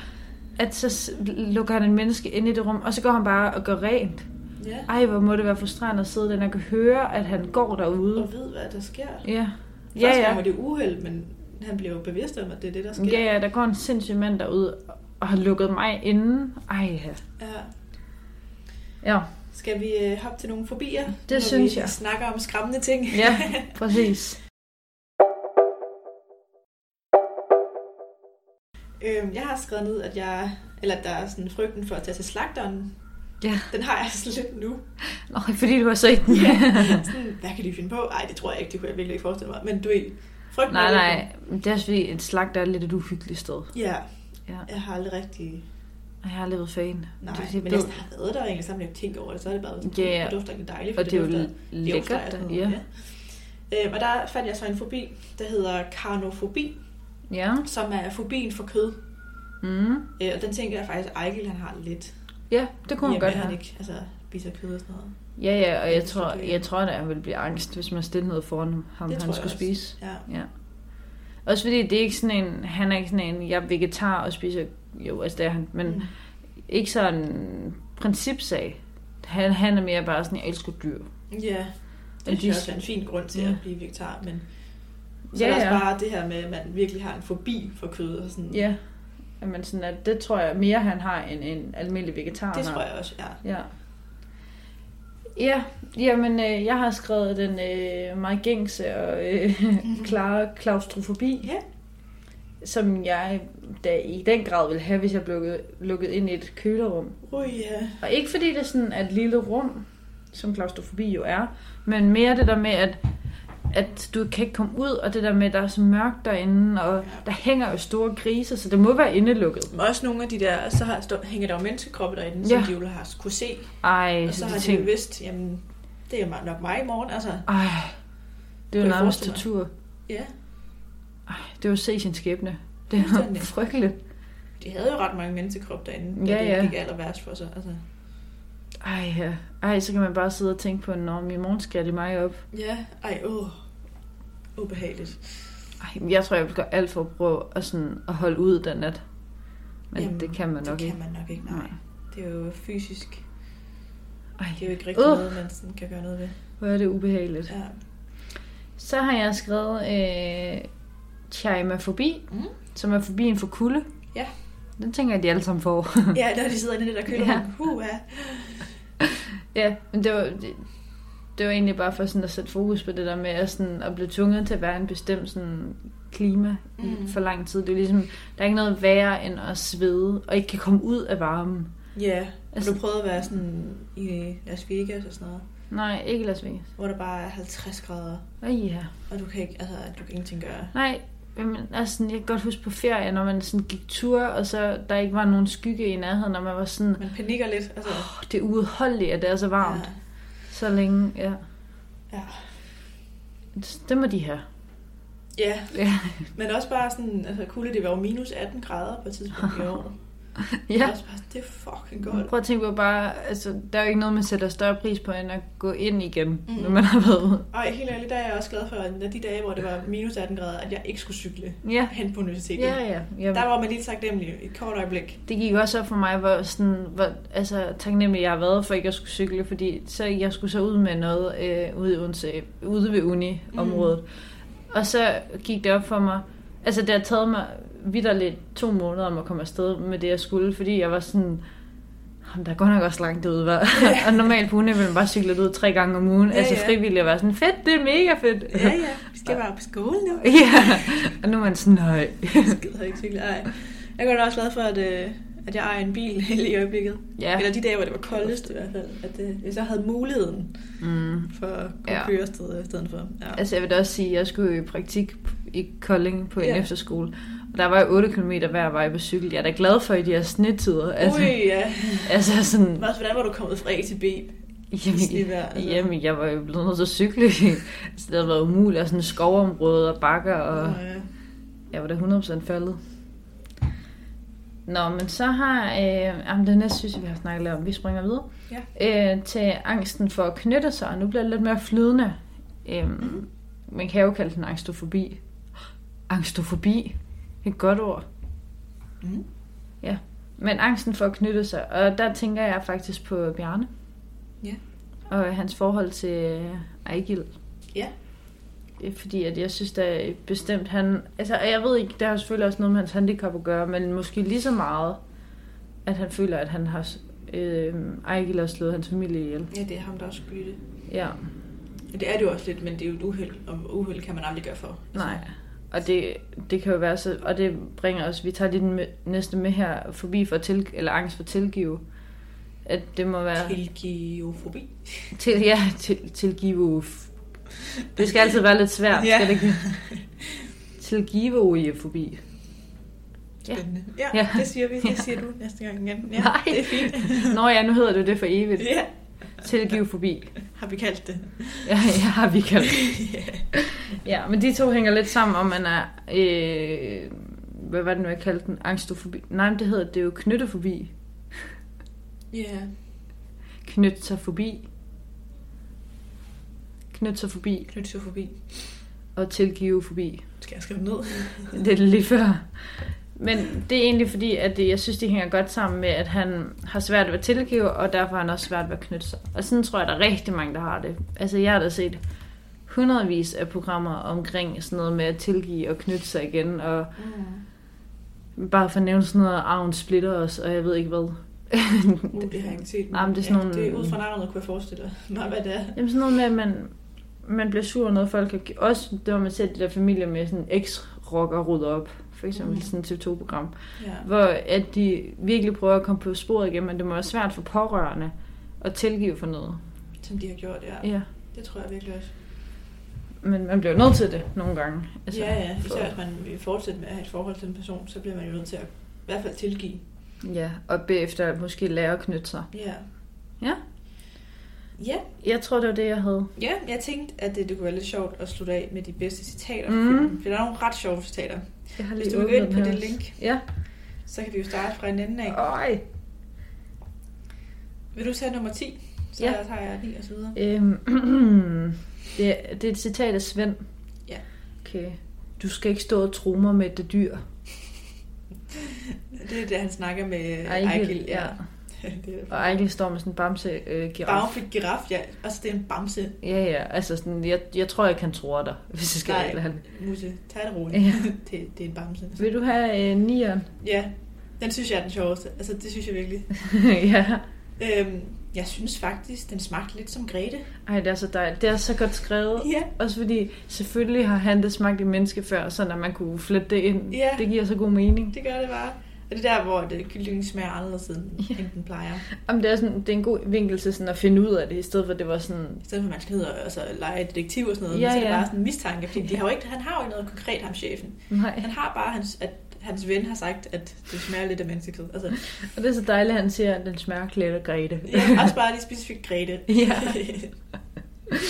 A: at så s- lukker han en menneske ind i det rum, og så går han bare og gør rent.
B: ja.
A: Ej, hvor må det være frustrerende at sidde der, når jeg kan høre, at han går derude.
B: og ved, hvad der sker.
A: Ja. Ja,
B: Første gang var
A: ja.
B: det uheld, men han bliver jo bevidst om, at det er det, der sker.
A: Ja, ja, der går en sindssyg mand derude og har lukket mig inden. Ej, ja.
B: Ja.
A: Ja,
B: Skal vi øh, hoppe til nogle fobier?
A: synes jeg.
B: Vi snakker om skræmmende ting.
A: ja præcis.
B: Øhm, jeg har skrevet ned, at jeg, eller at der er sådan frygten for at tage til slagteren.
A: Ja.
B: Den har jeg sådan lidt nu.
A: Nå, fordi du har set den.
B: Sådan, hvad kan de finde på? Nej, det tror jeg ikke, det kunne jeg virkelig ikke forestille mig. Men du ved, frygten
A: nej,
B: er lidt-
A: nej. Men Det er også fordi, en slagter er lidt et uhyggeligt sted.
B: Ja,
A: Ja.
B: jeg har aldrig rigtig...
A: Og jeg har aldrig været fan.
B: Nej,
A: det, er
B: det,
A: fordi,
B: men
A: jeg
B: jeg
A: ved-
B: har været der egentlig, sammen med at tænke over det, så er det bare sådan,
A: Ja,
B: yeah.
A: ja.
B: det dufter ikke dejligt, for
A: og det er jo
B: dufter Det
A: lækkert.
B: er
A: da.
B: jo
A: Ja.
B: ja. ja. Øhm, og der fandt jeg så en fobi, der hedder karnofobi,
A: ja.
B: som er fobien for kød.
A: Mm.
B: Øh, og den tænker jeg faktisk, at Ejkel han har lidt.
A: ja, det kunne
B: i
A: man
B: og med,
A: godt
B: at han
A: have.
B: ikke altså, spiser kød og sådan noget.
A: Ja, ja, og jeg tror,
B: Okay.
A: jeg tror da, han ville blive angst, hvis man stillede noget foran ham,
B: Det tror
A: han
B: jeg
A: skulle
B: også.
A: spise.
B: Ja.
A: Ja. Også fordi det er ikke sådan en, han er ikke sådan en, jeg er vegetar og spiser, jo, altså det er han, men mm.
B: Mm.
A: ikke sådan en principsag. Han, han er mere bare sådan, jeg elsker dyr.
B: Ja,
A: Men
B: det synes
A: de-
B: jeg også er en fin grund til
A: Ja.
B: at blive vegetar, men så
A: Ja,
B: ja, er der
A: ja.
B: også bare det her med, at man virkelig har en fobi for kød og sådan.
A: Ja. Men sådan, at det tror jeg mere, han har, end en almindelig vegetar
B: Det
A: har.
B: tror jeg også, ja.
A: Ja. Ja, jamen, øh, jeg har skrevet den øh, meget gængse og øh, klare klaustrofobi,
B: Ja.
A: som jeg da i den grad ville have, hvis jeg blev lukket- lukket ind i et kølerum.
B: Ui, ja.
A: Og ikke fordi det er sådan et lille rum, som klaustrofobi jo er, men mere det der med, at, at du kan ikke komme ud, og det der med, at der er så mørkt derinde, og der hænger jo store griser, så det må være indelukket.
B: Men også nogle af de der, så har, stå, hænger der jo menneskekroppe derinde, ja.
A: Ja.
B: som de jo har kunne se.
A: Ej,
B: Og så
A: de
B: har de jo
A: tænker-
B: vidst, jamen, det er jo nok mig i morgen. Altså,
A: Ej, det er jo
B: Kunne jeg
A: nærmest
B: forestille mig.
A: tortur.
B: ja,
A: Ej, det er jo at se sin skæbne. Det er jo
B: Fuldstændig.
A: frygteligt.
B: de havde jo ret mange menneskekroppe derinde,
A: Ja,
B: ja, det
A: ja.
B: ja. gik aller værst for sig. Altså,
A: Ej, ja. Ej, så kan man bare sidde og tænke på, når i morgen skal det mig op.
B: ja, ej, åh. Ubehageligt.
A: Ej, men jeg tror, jeg vil gøre alt for at prøve at, sådan, at holde ud den nat. Men Jamen,
B: Jamen,
A: det kan man nok
B: det
A: ikke.
B: kan man nok ikke, nej. Det er jo fysisk.
A: Ej,
B: Det er jo ikke rigtig
A: Uh.
B: uh. noget, man sådan kan gøre noget ved.
A: hvor er det ubehageligt.
B: Ja.
A: Så har jeg skrevet øh, chimafobi,
B: Mm.
A: som er fobien for kulde.
B: Ja.
A: Den tænker jeg, de alle sammen får.
B: ja, når de sidder inde i det der køkken.
A: Ja.
B: Ja. Uh, ja.
A: ja, men det var, det, det var egentlig bare for sådan at sætte fokus på det der med at, sådan, at blive tvunget til at være i en bestemt sådan, klima mm.
B: Mm.
A: for lang tid. Det er ligesom, der er ikke noget værre end at svede og ikke kan komme ud af varmen.
B: Ja, og
A: Altså-
B: du prøvede at være sådan i Las Vegas og sådan noget,
A: Nej, ikke Las Vegas.
B: hvor der bare er 50 grader,
A: Åh oh, ja.
B: og du kan ikke, altså, du kan ingenting gøre.
A: Nej, men altså, sådan, jeg kan godt huske på ferie, når man sådan gik tur, og så der ikke var nogen skygge i nærheden, og man var sådan,
B: Man panikker lidt. Altså,
A: oh, det er uudholdeligt, at det er så varmt.
B: Ja,
A: Så længe, ja.
B: Ja.
A: Det må de have.
B: ja.
A: Ja.
B: men også bare sådan, altså kulde, det var jo minus 18 grader på et tidspunkt i år.
A: ja.
B: Og Også bare sådan, det er fucking godt.
A: Prøv at tænke på bare, altså, der er jo ikke noget, man sætter større pris på, end at gå ind igen, mm.
B: Mm.
A: når man har været ude.
B: Og helt ærligt, der er jeg også glad for, at de dage, hvor det var minus 18 grader, at jeg ikke skulle cykle
A: Ja,
B: hen på universitetet.
A: ja, ja. ja.
B: Der var man lige taknemmelig et kort øjeblik.
A: Det gik også op for mig, hvor, sådan, hvor altså, taknemmelig jeg har været, for ikke at skulle cykle, fordi så jeg skulle så ud med noget øh, ude, i Odense, ude ved
B: Mhm.
A: uni-området. Mm. Og så gik det op for mig, altså det har taget mig vidderligt to måneder om at komme afsted med det, jeg skulle, fordi jeg var sådan, Jamen, der er godt nok også langt ud, var. og normalt på uni vil man bare cykle ud tre gange om ugen, ja,
B: Ja,
A: altså
B: ja.
A: frivilligt og være sådan, fedt, det er mega fedt.
B: Ja, ja. Vi skal bare på skole nu.
A: ja. Og nu er man sådan, nej.
B: Skid har ikke cyklet. Ej. Jeg er godt også glad for, at, øh, at jeg ejer en bil lige i øjeblikket.
A: ja.
B: Eller de dage, hvor det var koldest i hvert fald. At det, hvis jeg havde muligheden
A: Mm.
B: for at kunne
A: Ja.
B: ja. køre afsted i stedet for. Ja.
A: Altså jeg vil da også sige, at jeg skulle i praktik i Kolding på en
B: Ja.
A: efterskole. Og der var jo 8 km hver vej på cykel. Jeg er da glad for i de her snittider. Altså,
B: Ui, ja.
A: altså sådan,
B: Men også, hvordan var du kommet fra A til B?
A: jamen,
B: snevejr, altså.
A: jamen, jeg var jo blevet nødt til at cykle. så det havde været umuligt. Og sådan skovområder og bakker. Og
B: Nå, ja.
A: jeg var da 100% faldet. Nå, men så har... Øh, jamen, det næste synes jeg, vi har snakket lidt om. Vi springer videre. Ja. Øh, til angsten for at knytte sig. Og nu bliver det lidt mere flydende. Øh, mm-hmm. Man kan jo kalde den angstofobi. Angstofobi. Et godt ord.
B: Mhm.
A: Ja. Men angsten for at knytte sig. Og der tænker jeg faktisk på Bjarne.
B: Ja.
A: Og hans forhold til Ejgil.
B: Ja.
A: Øh, Fordi at jeg synes da bestemt, han... Altså, og jeg ved ikke, det har selvfølgelig også noget med hans handicap at gøre, men måske lige så meget, at han føler, at han har... Øh, Ejgil har slået hans familie ihjel.
B: ja, det er ham, der også skulle det.
A: Ja.
B: Det er det jo også lidt, men det er jo et uheld, og uheld kan man aldrig gøre for.
A: Nej. Og det, det kan jo være så, og det bringer os, vi tager lige den med- næste med her, forbi for til, eller angst for tilgive. At det må
B: Altså,
A: være...
B: Tilgiofobi.
A: Til, ja, til, tilgive. f- Det skal altid være lidt svært,
B: Ja.
A: skal det ikke? Tilgive forbi. Ja.
B: Spændende. Ja.
A: Ja.
B: ja, det siger vi. Det siger du næste gang igen. Ja,
A: Nej.
B: det er fint.
A: Nå ja, nu hedder det det for evigt.
B: Ja,
A: Tilgive forbi.
B: har vi kaldt det.
A: Ja, ja, har vi kan.
B: ja.
A: Ja, men de to hænger lidt sammen, om man er... Øh, hvad var det nu, jeg kaldte den? Angstofobi. Nej, men det hedder det er jo knyttefobi.
B: ja.
A: Knytte sig forbi. Knytte sig forbi
B: Knytofobi.
A: og tilgive forbi.
B: Skal jeg skrive det ned?
A: Det er lige før. Men det er egentlig fordi, at det, jeg synes, de hænger godt sammen med, at han har svært ved at tilgive, og derfor har han også svært ved at knytte sig. Og sådan tror jeg, der er rigtig mange, der har det. Altså, jeg har da set hundredvis af programmer omkring sådan noget med at tilgive og knytte sig igen, og
B: Mm.
A: bare for at nævne sådan noget, arven splitter os, og jeg ved ikke hvad.
B: Uh, det har jeg ikke set.
A: Nej, men det er sådan
B: ja,
A: nogle-
B: det er ud fra navnet, kunne jeg forestille mig, hvad det er.
A: Jamen sådan noget med, at man, man bliver sur over noget, folk har gjort. Også det var man selv det der familie med sådan eks-rocker rydder op. For eksempel
B: Mm.
A: sådan et TV2-program.
B: Ja.
A: Hvor at de virkelig prøver at komme på sporet igen, men det må være svært for pårørende at tilgive for noget.
B: Som de har gjort, ja.
A: Ja.
B: Det tror jeg virkelig også.
A: Men man bliver nødt til det nogle gange.
B: Altså, ja, ja.
A: for-
B: Især hvis man vil fortsætte med at have et forhold til en person, så bliver man jo nødt til at i hvert fald tilgive.
A: ja, og bagefter måske lære at knytte sig.
B: Ja.
A: Ja.
B: Ja,
A: Jeg tror, det var det, jeg havde.
B: ja. jeg tænkte, at det, det kunne være lidt sjovt at slutte af med de bedste citater.
A: Mm.
B: Mm. For der er nogle ret sjove citater.
A: Jeg har
B: Hvis du
A: åbnet
B: vil gå ind
A: den
B: på
A: her
B: det
A: også.
B: link,
A: Ja.
B: så kan vi jo starte fra en ende af.
A: Øj.
B: Vil du tage nummer 10? Så
A: Ja.
B: ja. tager jeg 9 og så videre.
A: Øhm, det, det er et citat af Svend.
B: Ja.
A: Okay. Du skal ikke stå og tro mig med det dyr.
B: Det er det, han snakker med
A: Ejgil,
B: Ejkil. Øh, Ja. det er
A: Og Ejgil står med sådan en bamse øh, giraf.
B: Bagfik giraf, ja. Altså, det er en bamse.
A: Ja, ja. Altså sådan, jeg, jeg tror, jeg kan tro dig, hvis jeg skal
B: Nej.
A: være ærlig.
B: Musse, tag det roligt.
A: Ja.
B: Det, det er en bamse.
A: Vil du have øh, nieren?
B: Ja, den synes jeg er den sjoveste. Altså, det synes jeg virkelig.
A: ja.
B: Øhm, jeg synes faktisk, den smagte lidt som Grete.
A: Ej, det er så dejligt. Det er så godt skrevet.
B: Ja.
A: Også fordi, selvfølgelig har han det smagt i menneske før, så når man kunne flette det ind.
B: Ja.
A: Det giver så god mening.
B: Det gør det bare. Og det er der, hvor det kyllingen smager anderledes, end,
A: Ja.
B: ja. end den plejer.
A: Jamen, det, er sådan, det er en god vinkel til sådan at finde ud af det, i stedet for at det var sådan...
B: I stedet for, at man skal ned og altså, lege detektiv og sådan noget,
A: Ja,
B: ja, så er det
A: ja.
B: bare sådan en mistanke. Fordi de har jo ikke, han har jo ikke noget konkret, ham chefen.
A: Nej.
B: Han har bare, hans, at hans ven har sagt, at det smager lidt af menneskekød. Altså,
A: Og det er så dejligt, at han siger, at den smager klædt og Grete.
B: ja, også bare lige specifikt Grete.
A: Ja.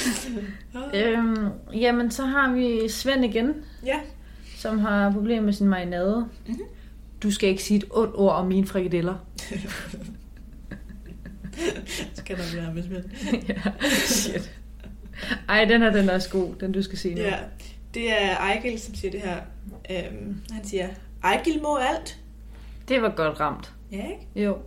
A: øhm, jamen, så har vi Svend igen,
B: ja.
A: som har problemer med sin marinade.
B: Mhm.
A: Du skal ikke sige et ondt ord om mine frikadeller.
B: Så kan der være mismænd.
A: ja, shit. Ej, den er den er også god, den du skal sige nu.
B: Ja, det er Ejgil, som siger det her. Øhm, han siger, Ejgil må alt.
A: Det var godt ramt.
B: Ja, ikke?
A: Jo,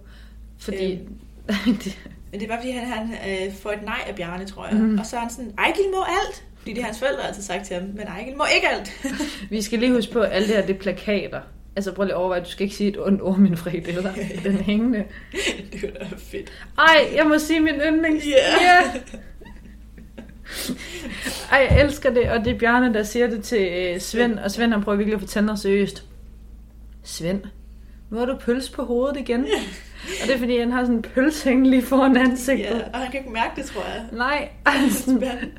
A: fordi...
B: Øhm.
A: det-
B: Men det er bare, fordi han, han øh, får et nej af Bjarne, tror jeg.
A: Mm.
B: Mm. Og så er han sådan, Ejgil må alt. Fordi det har hans forældre altid sagt til ham, men Ejgil må ikke alt.
A: vi skal lige huske på, at alt det her, det er plakater. Altså prøv lige at overveje, at du skal ikke sige et ondt ord om mine frikadeller. Den er hængende.
B: det er da fedt.
A: Ej, jeg må sige min yndlings.
B: Ja.
A: Yeah. Ej, jeg elsker det, og det er Bjarne, der siger det til øh, Svend, og Svend han prøver virkelig at fortælle noget seriøst. Svend, nu har du pølse på hovedet igen. Og det er fordi, han har sådan en pølse hængende lige foran ansigtet.
B: Ja, og han kan ikke mærke det, tror jeg.
A: Nej, altså,
B: Spændende.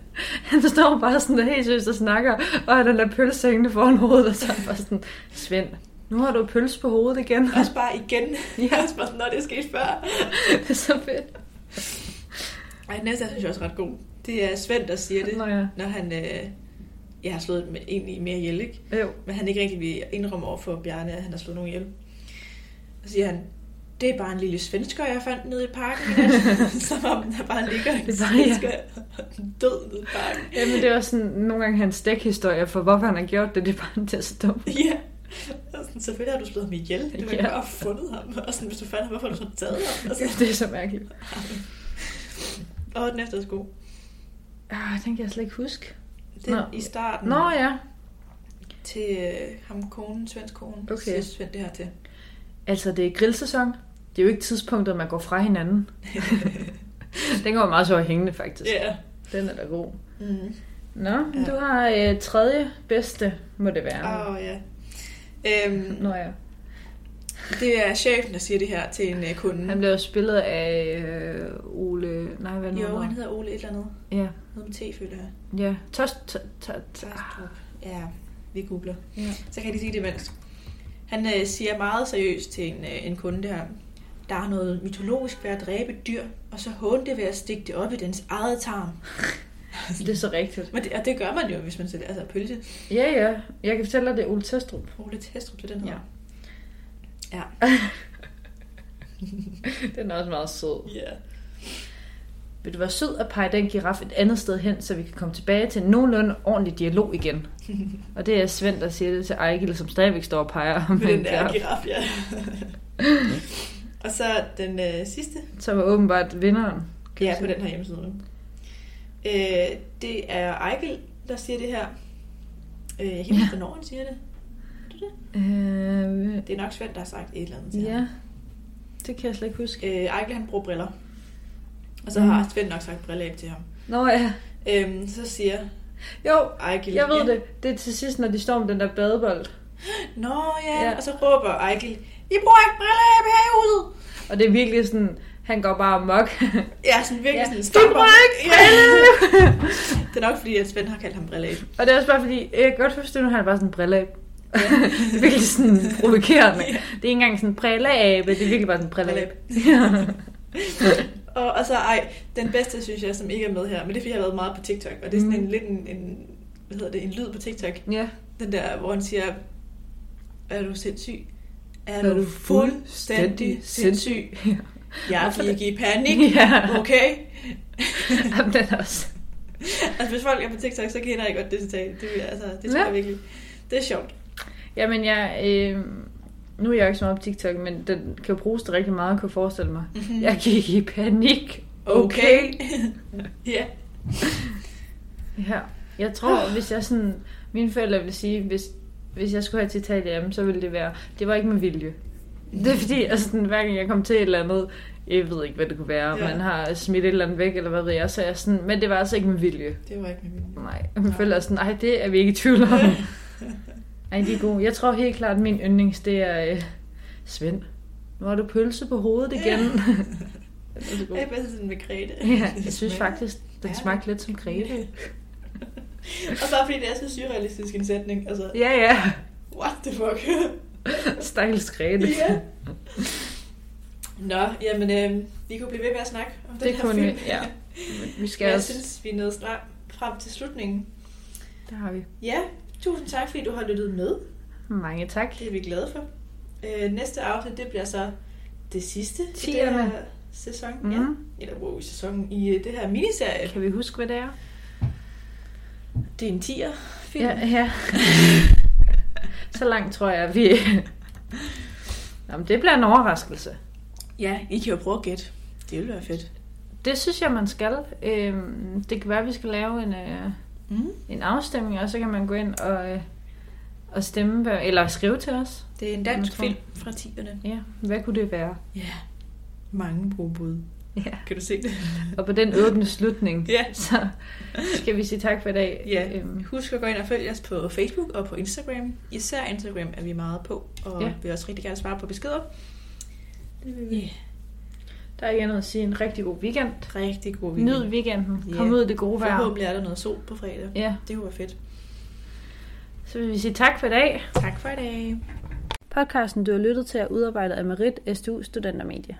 A: han står bare sådan der helt seriøst og snakker, og den der pølse hængende foran hovedet, og så er han bare sådan, Svend, nu har du pølse på hovedet igen.
B: Også bare igen.
A: Ja.
B: Ja. Også bare sådan, når det skete før.
A: det er så fedt.
B: Ej, den næste, jeg synes jeg også er ret god. Det er Svend, der siger det,
A: Nå ja,
B: når han... Øh, jeg har slået med egentlig mere ihjel, ikke?
A: jo.
B: men han ikke rigtig vil indrømme over for Bjarne, at han har slået nogen ihjel. Så siger han, det er bare en lille svensker, jeg fandt nede i parken. i nat." Som om der bare ligger en
A: Det er bare, ja.
B: svensker død nede i parken.
A: Jamen, det er også sådan, nogle gange hans dækhistorie for, hvorfor han har gjort det, det er bare til at stå.
B: Ja. Og Sådan, selvfølgelig har du slået ham ihjel. Du har
A: Ja.
B: ikke bare fundet ham. Og sådan, hvis du fandt ham, hvorfor har du så taget ham? Og, sådan.
A: Det er så mærkeligt.
B: og den efter er så god.
A: Ah, den kan jeg slet ikke huske.
B: Det er
A: Nå.
B: i starten
A: Nå ja.
B: til øh, ham konen, svensk kone,
A: Okay.
B: okay. siger Svend det her til.
A: Altså, det er grillsæson. Det er jo ikke tidspunktet, man går fra hinanden. den går meget så hængende, faktisk.
B: Ja.
A: Den er da god.
B: Mm.
A: Nå, ja.
B: Ja.
A: du har øh, tredje bedste, må det være.
B: Åh, oh, ja. Øhm,
A: Nå ja.
B: det er chefen, der siger det her til en øh, kunde.
A: Mm. Han blev jo spillet af øh, Ole... Nej, hvad nu?
B: jo, han
A: han
B: hedder Ole et eller andet.
A: Ja,
B: Noget med T, føler jeg.
A: ja. Tost... T- t- t-
B: Tørstrup.
A: Ah.
B: Ja, vi googler.
A: Ja.
B: Så kan de sige det imens. Han øh, siger meget seriøst til en, øh, en kunde det her. Der er noget mytologisk ved at dræbe et dyr, og så håne det ved at stikke det op i dens eget tarm.
A: det er så rigtigt.
B: Men det, og det gør man jo, hvis man sætter altså pølse.
A: Ja, ja. Jeg kan fortælle dig, det er Ole Tostrup.
B: Ole Testrup til den her. Ja.
A: Den er også meget sød.
B: ja.
A: Vil du være sød at pege den giraf et andet sted hen, så vi kan komme tilbage til en nogenlunde ordentlig dialog igen? og det er Svend, der siger det til Ejgil, som stadigvæk står og peger med
B: Med
A: en
B: den der
A: giraf.
B: giraf, ja. og så den øh, sidste,
A: Som er åbenbart vinderen. kan
B: ja,
A: vi
B: på
A: sige.
B: den her hjemmeside nu. Øh, det er Ejkel, der siger det her. Øh, jeg kan ikke huske, hvornår han siger det. Er det det?
A: Øh,
B: Det er nok Svend, der har sagt et eller andet til ham.
A: ja, det kan jeg slet ikke huske.
B: Øh, Ejkel, han bruger briller. Og så
A: Mm.
B: har Svend nok sagt briller til ham.
A: Nå ja,
B: Øhm, så siger
A: jo,
B: Ejkel...
A: jeg ved
B: ja.
A: det. Det er til sidst, når de står med den der badebold.
B: Nå ja.
A: Ja.
B: ja, og så råber Ejkel, I bruger ikke brilleabe herude!
A: Og det er virkelig sådan, han går bare amok.
B: Ja, sådan virkelig
A: Ja.
B: sådan...
A: "Du
B: stamper.
A: bruger ikke
B: Ja.
A: brilleabe!
B: det er nok fordi, at Svend har kaldt ham brilleabe.
A: og det er også bare fordi, jeg kan godt forstå, nu har han bare sådan en brille Det er virkelig sådan provokerende.
B: Ja.
A: Det er ikke engang sådan en brilleabe, det er virkelig bare sådan en brilleabe.
B: Og, og så ej, den bedste synes jeg, som ikke er med her, men det er fordi, jeg har været meget på TikTok, og det er sådan en
A: Mm.
B: lidt en, en, hvad hedder det, en lyd på TikTok.
A: ja.
B: Den der, hvor han siger, er du sindssyg? Er,
A: Så
B: du fuldstændig sindssyg?
A: Ja.
B: Jeg
A: Hvorfor
B: gik i panik,
A: Ja.
B: okay?
A: Jamen, den er også.
B: altså hvis folk er på TikTok, så kender jeg godt det citat. Det, er- altså, det tror
A: Ja.
B: jeg virkelig. Det er sjovt.
A: Jamen, jeg... Øh, nu er jeg jo ikke så meget på TikTok, men den kan jo bruges til rigtig meget, kunne jeg forestille mig.
B: Mhm.
A: Jeg gik i panik.
B: ja.
A: Ja. Jeg tror, hvis jeg sådan... Mine forældre vil sige, hvis, hvis jeg skulle have et citat hjemme, så ville det være, det var ikke med vilje. Det er fordi, altså, sådan, hver gang jeg kom til et eller andet, jeg ved ikke, hvad det kunne være, ja.
B: Ja.
A: man har smidt et eller andet væk, eller hvad ved jeg, så er jeg sådan, men det var altså ikke med vilje.
B: Det var ikke med vilje.
A: Nej, mine forældre er sådan, nej, det er vi ikke i tvivl om. Ej, de er gode. Jeg tror helt klart, at min yndlings, det er øh, Svend. Nu har du pølse på hovedet igen. Den er så god.
B: Jeg er bedst sådan med Grete.
A: ja, jeg synes faktisk, den
B: Ja.
A: smagte lidt som grebe.
B: og bare fordi det er så surrealistisk en sætning. Altså,
A: Ja, ja.
B: what the fuck?
A: Stakkels grebe.
B: ja. Nå, jamen, øh, vi kunne blive ved med at snakke om den
A: Det
B: her
A: kunne
B: film.
A: vi, ja. Men Vi skal
B: Men jeg
A: også...
B: synes, vi er nået snart frem til slutningen.
A: Der har vi.
B: Ja, tusind tak, fordi du har lyttet med.
A: Mange tak.
B: Det er vi glade for. Øh, næste afsnit, det bliver så det sidste i det
A: Tierne.
B: her sæson. Mm. Ja.
A: Mhm.
B: Eller wow, sæsonen i øh, det her miniserie.
A: Kan vi huske, hvad det er?
B: Det er en tier film.
A: Ja, ja. Så langt tror jeg, vi... Nå, men det bliver en overraskelse.
B: ja, I kan jo prøve at gætte. Det ville være fedt.
A: Det synes jeg, man skal. Øhm, det kan være, at vi skal lave en, øh,
B: Mm.
A: en afstemning, og så kan man gå ind og, øh, og stemme, hvad- eller skrive til os.
B: Det er en
A: dansk
B: dansk film fra 10'erne.
A: Ja, hvad kunne det være?
B: Ja, mange gode bud.
A: Ja.
B: Kan du se det?
A: Og på den åbne slutning,
B: Ja.
A: så skal vi sige tak for i dag.
B: Ja.
A: Øhm,
B: Øh, Husk at gå ind og følge os på Facebook og på Instagram. Især Instagram er vi meget på, og
A: Ja.
B: ja. vil også rigtig gerne svare på beskeder. Det vil vi.
A: der er ikke andet at sige. En rigtig god weekend.
B: Rigtig god weekend.
A: Nyd weekenden. Kom
B: Ja.
A: ud i det gode vejr.
B: Forhåbentlig er der noget sol på fredag.
A: Ja,
B: Det kunne være fedt.
A: så vil vi sige tak for i dag.
B: Tak for i dag.
A: Podcasten, du har lyttet til, er udarbejdet af Merit SDU Studentermedie.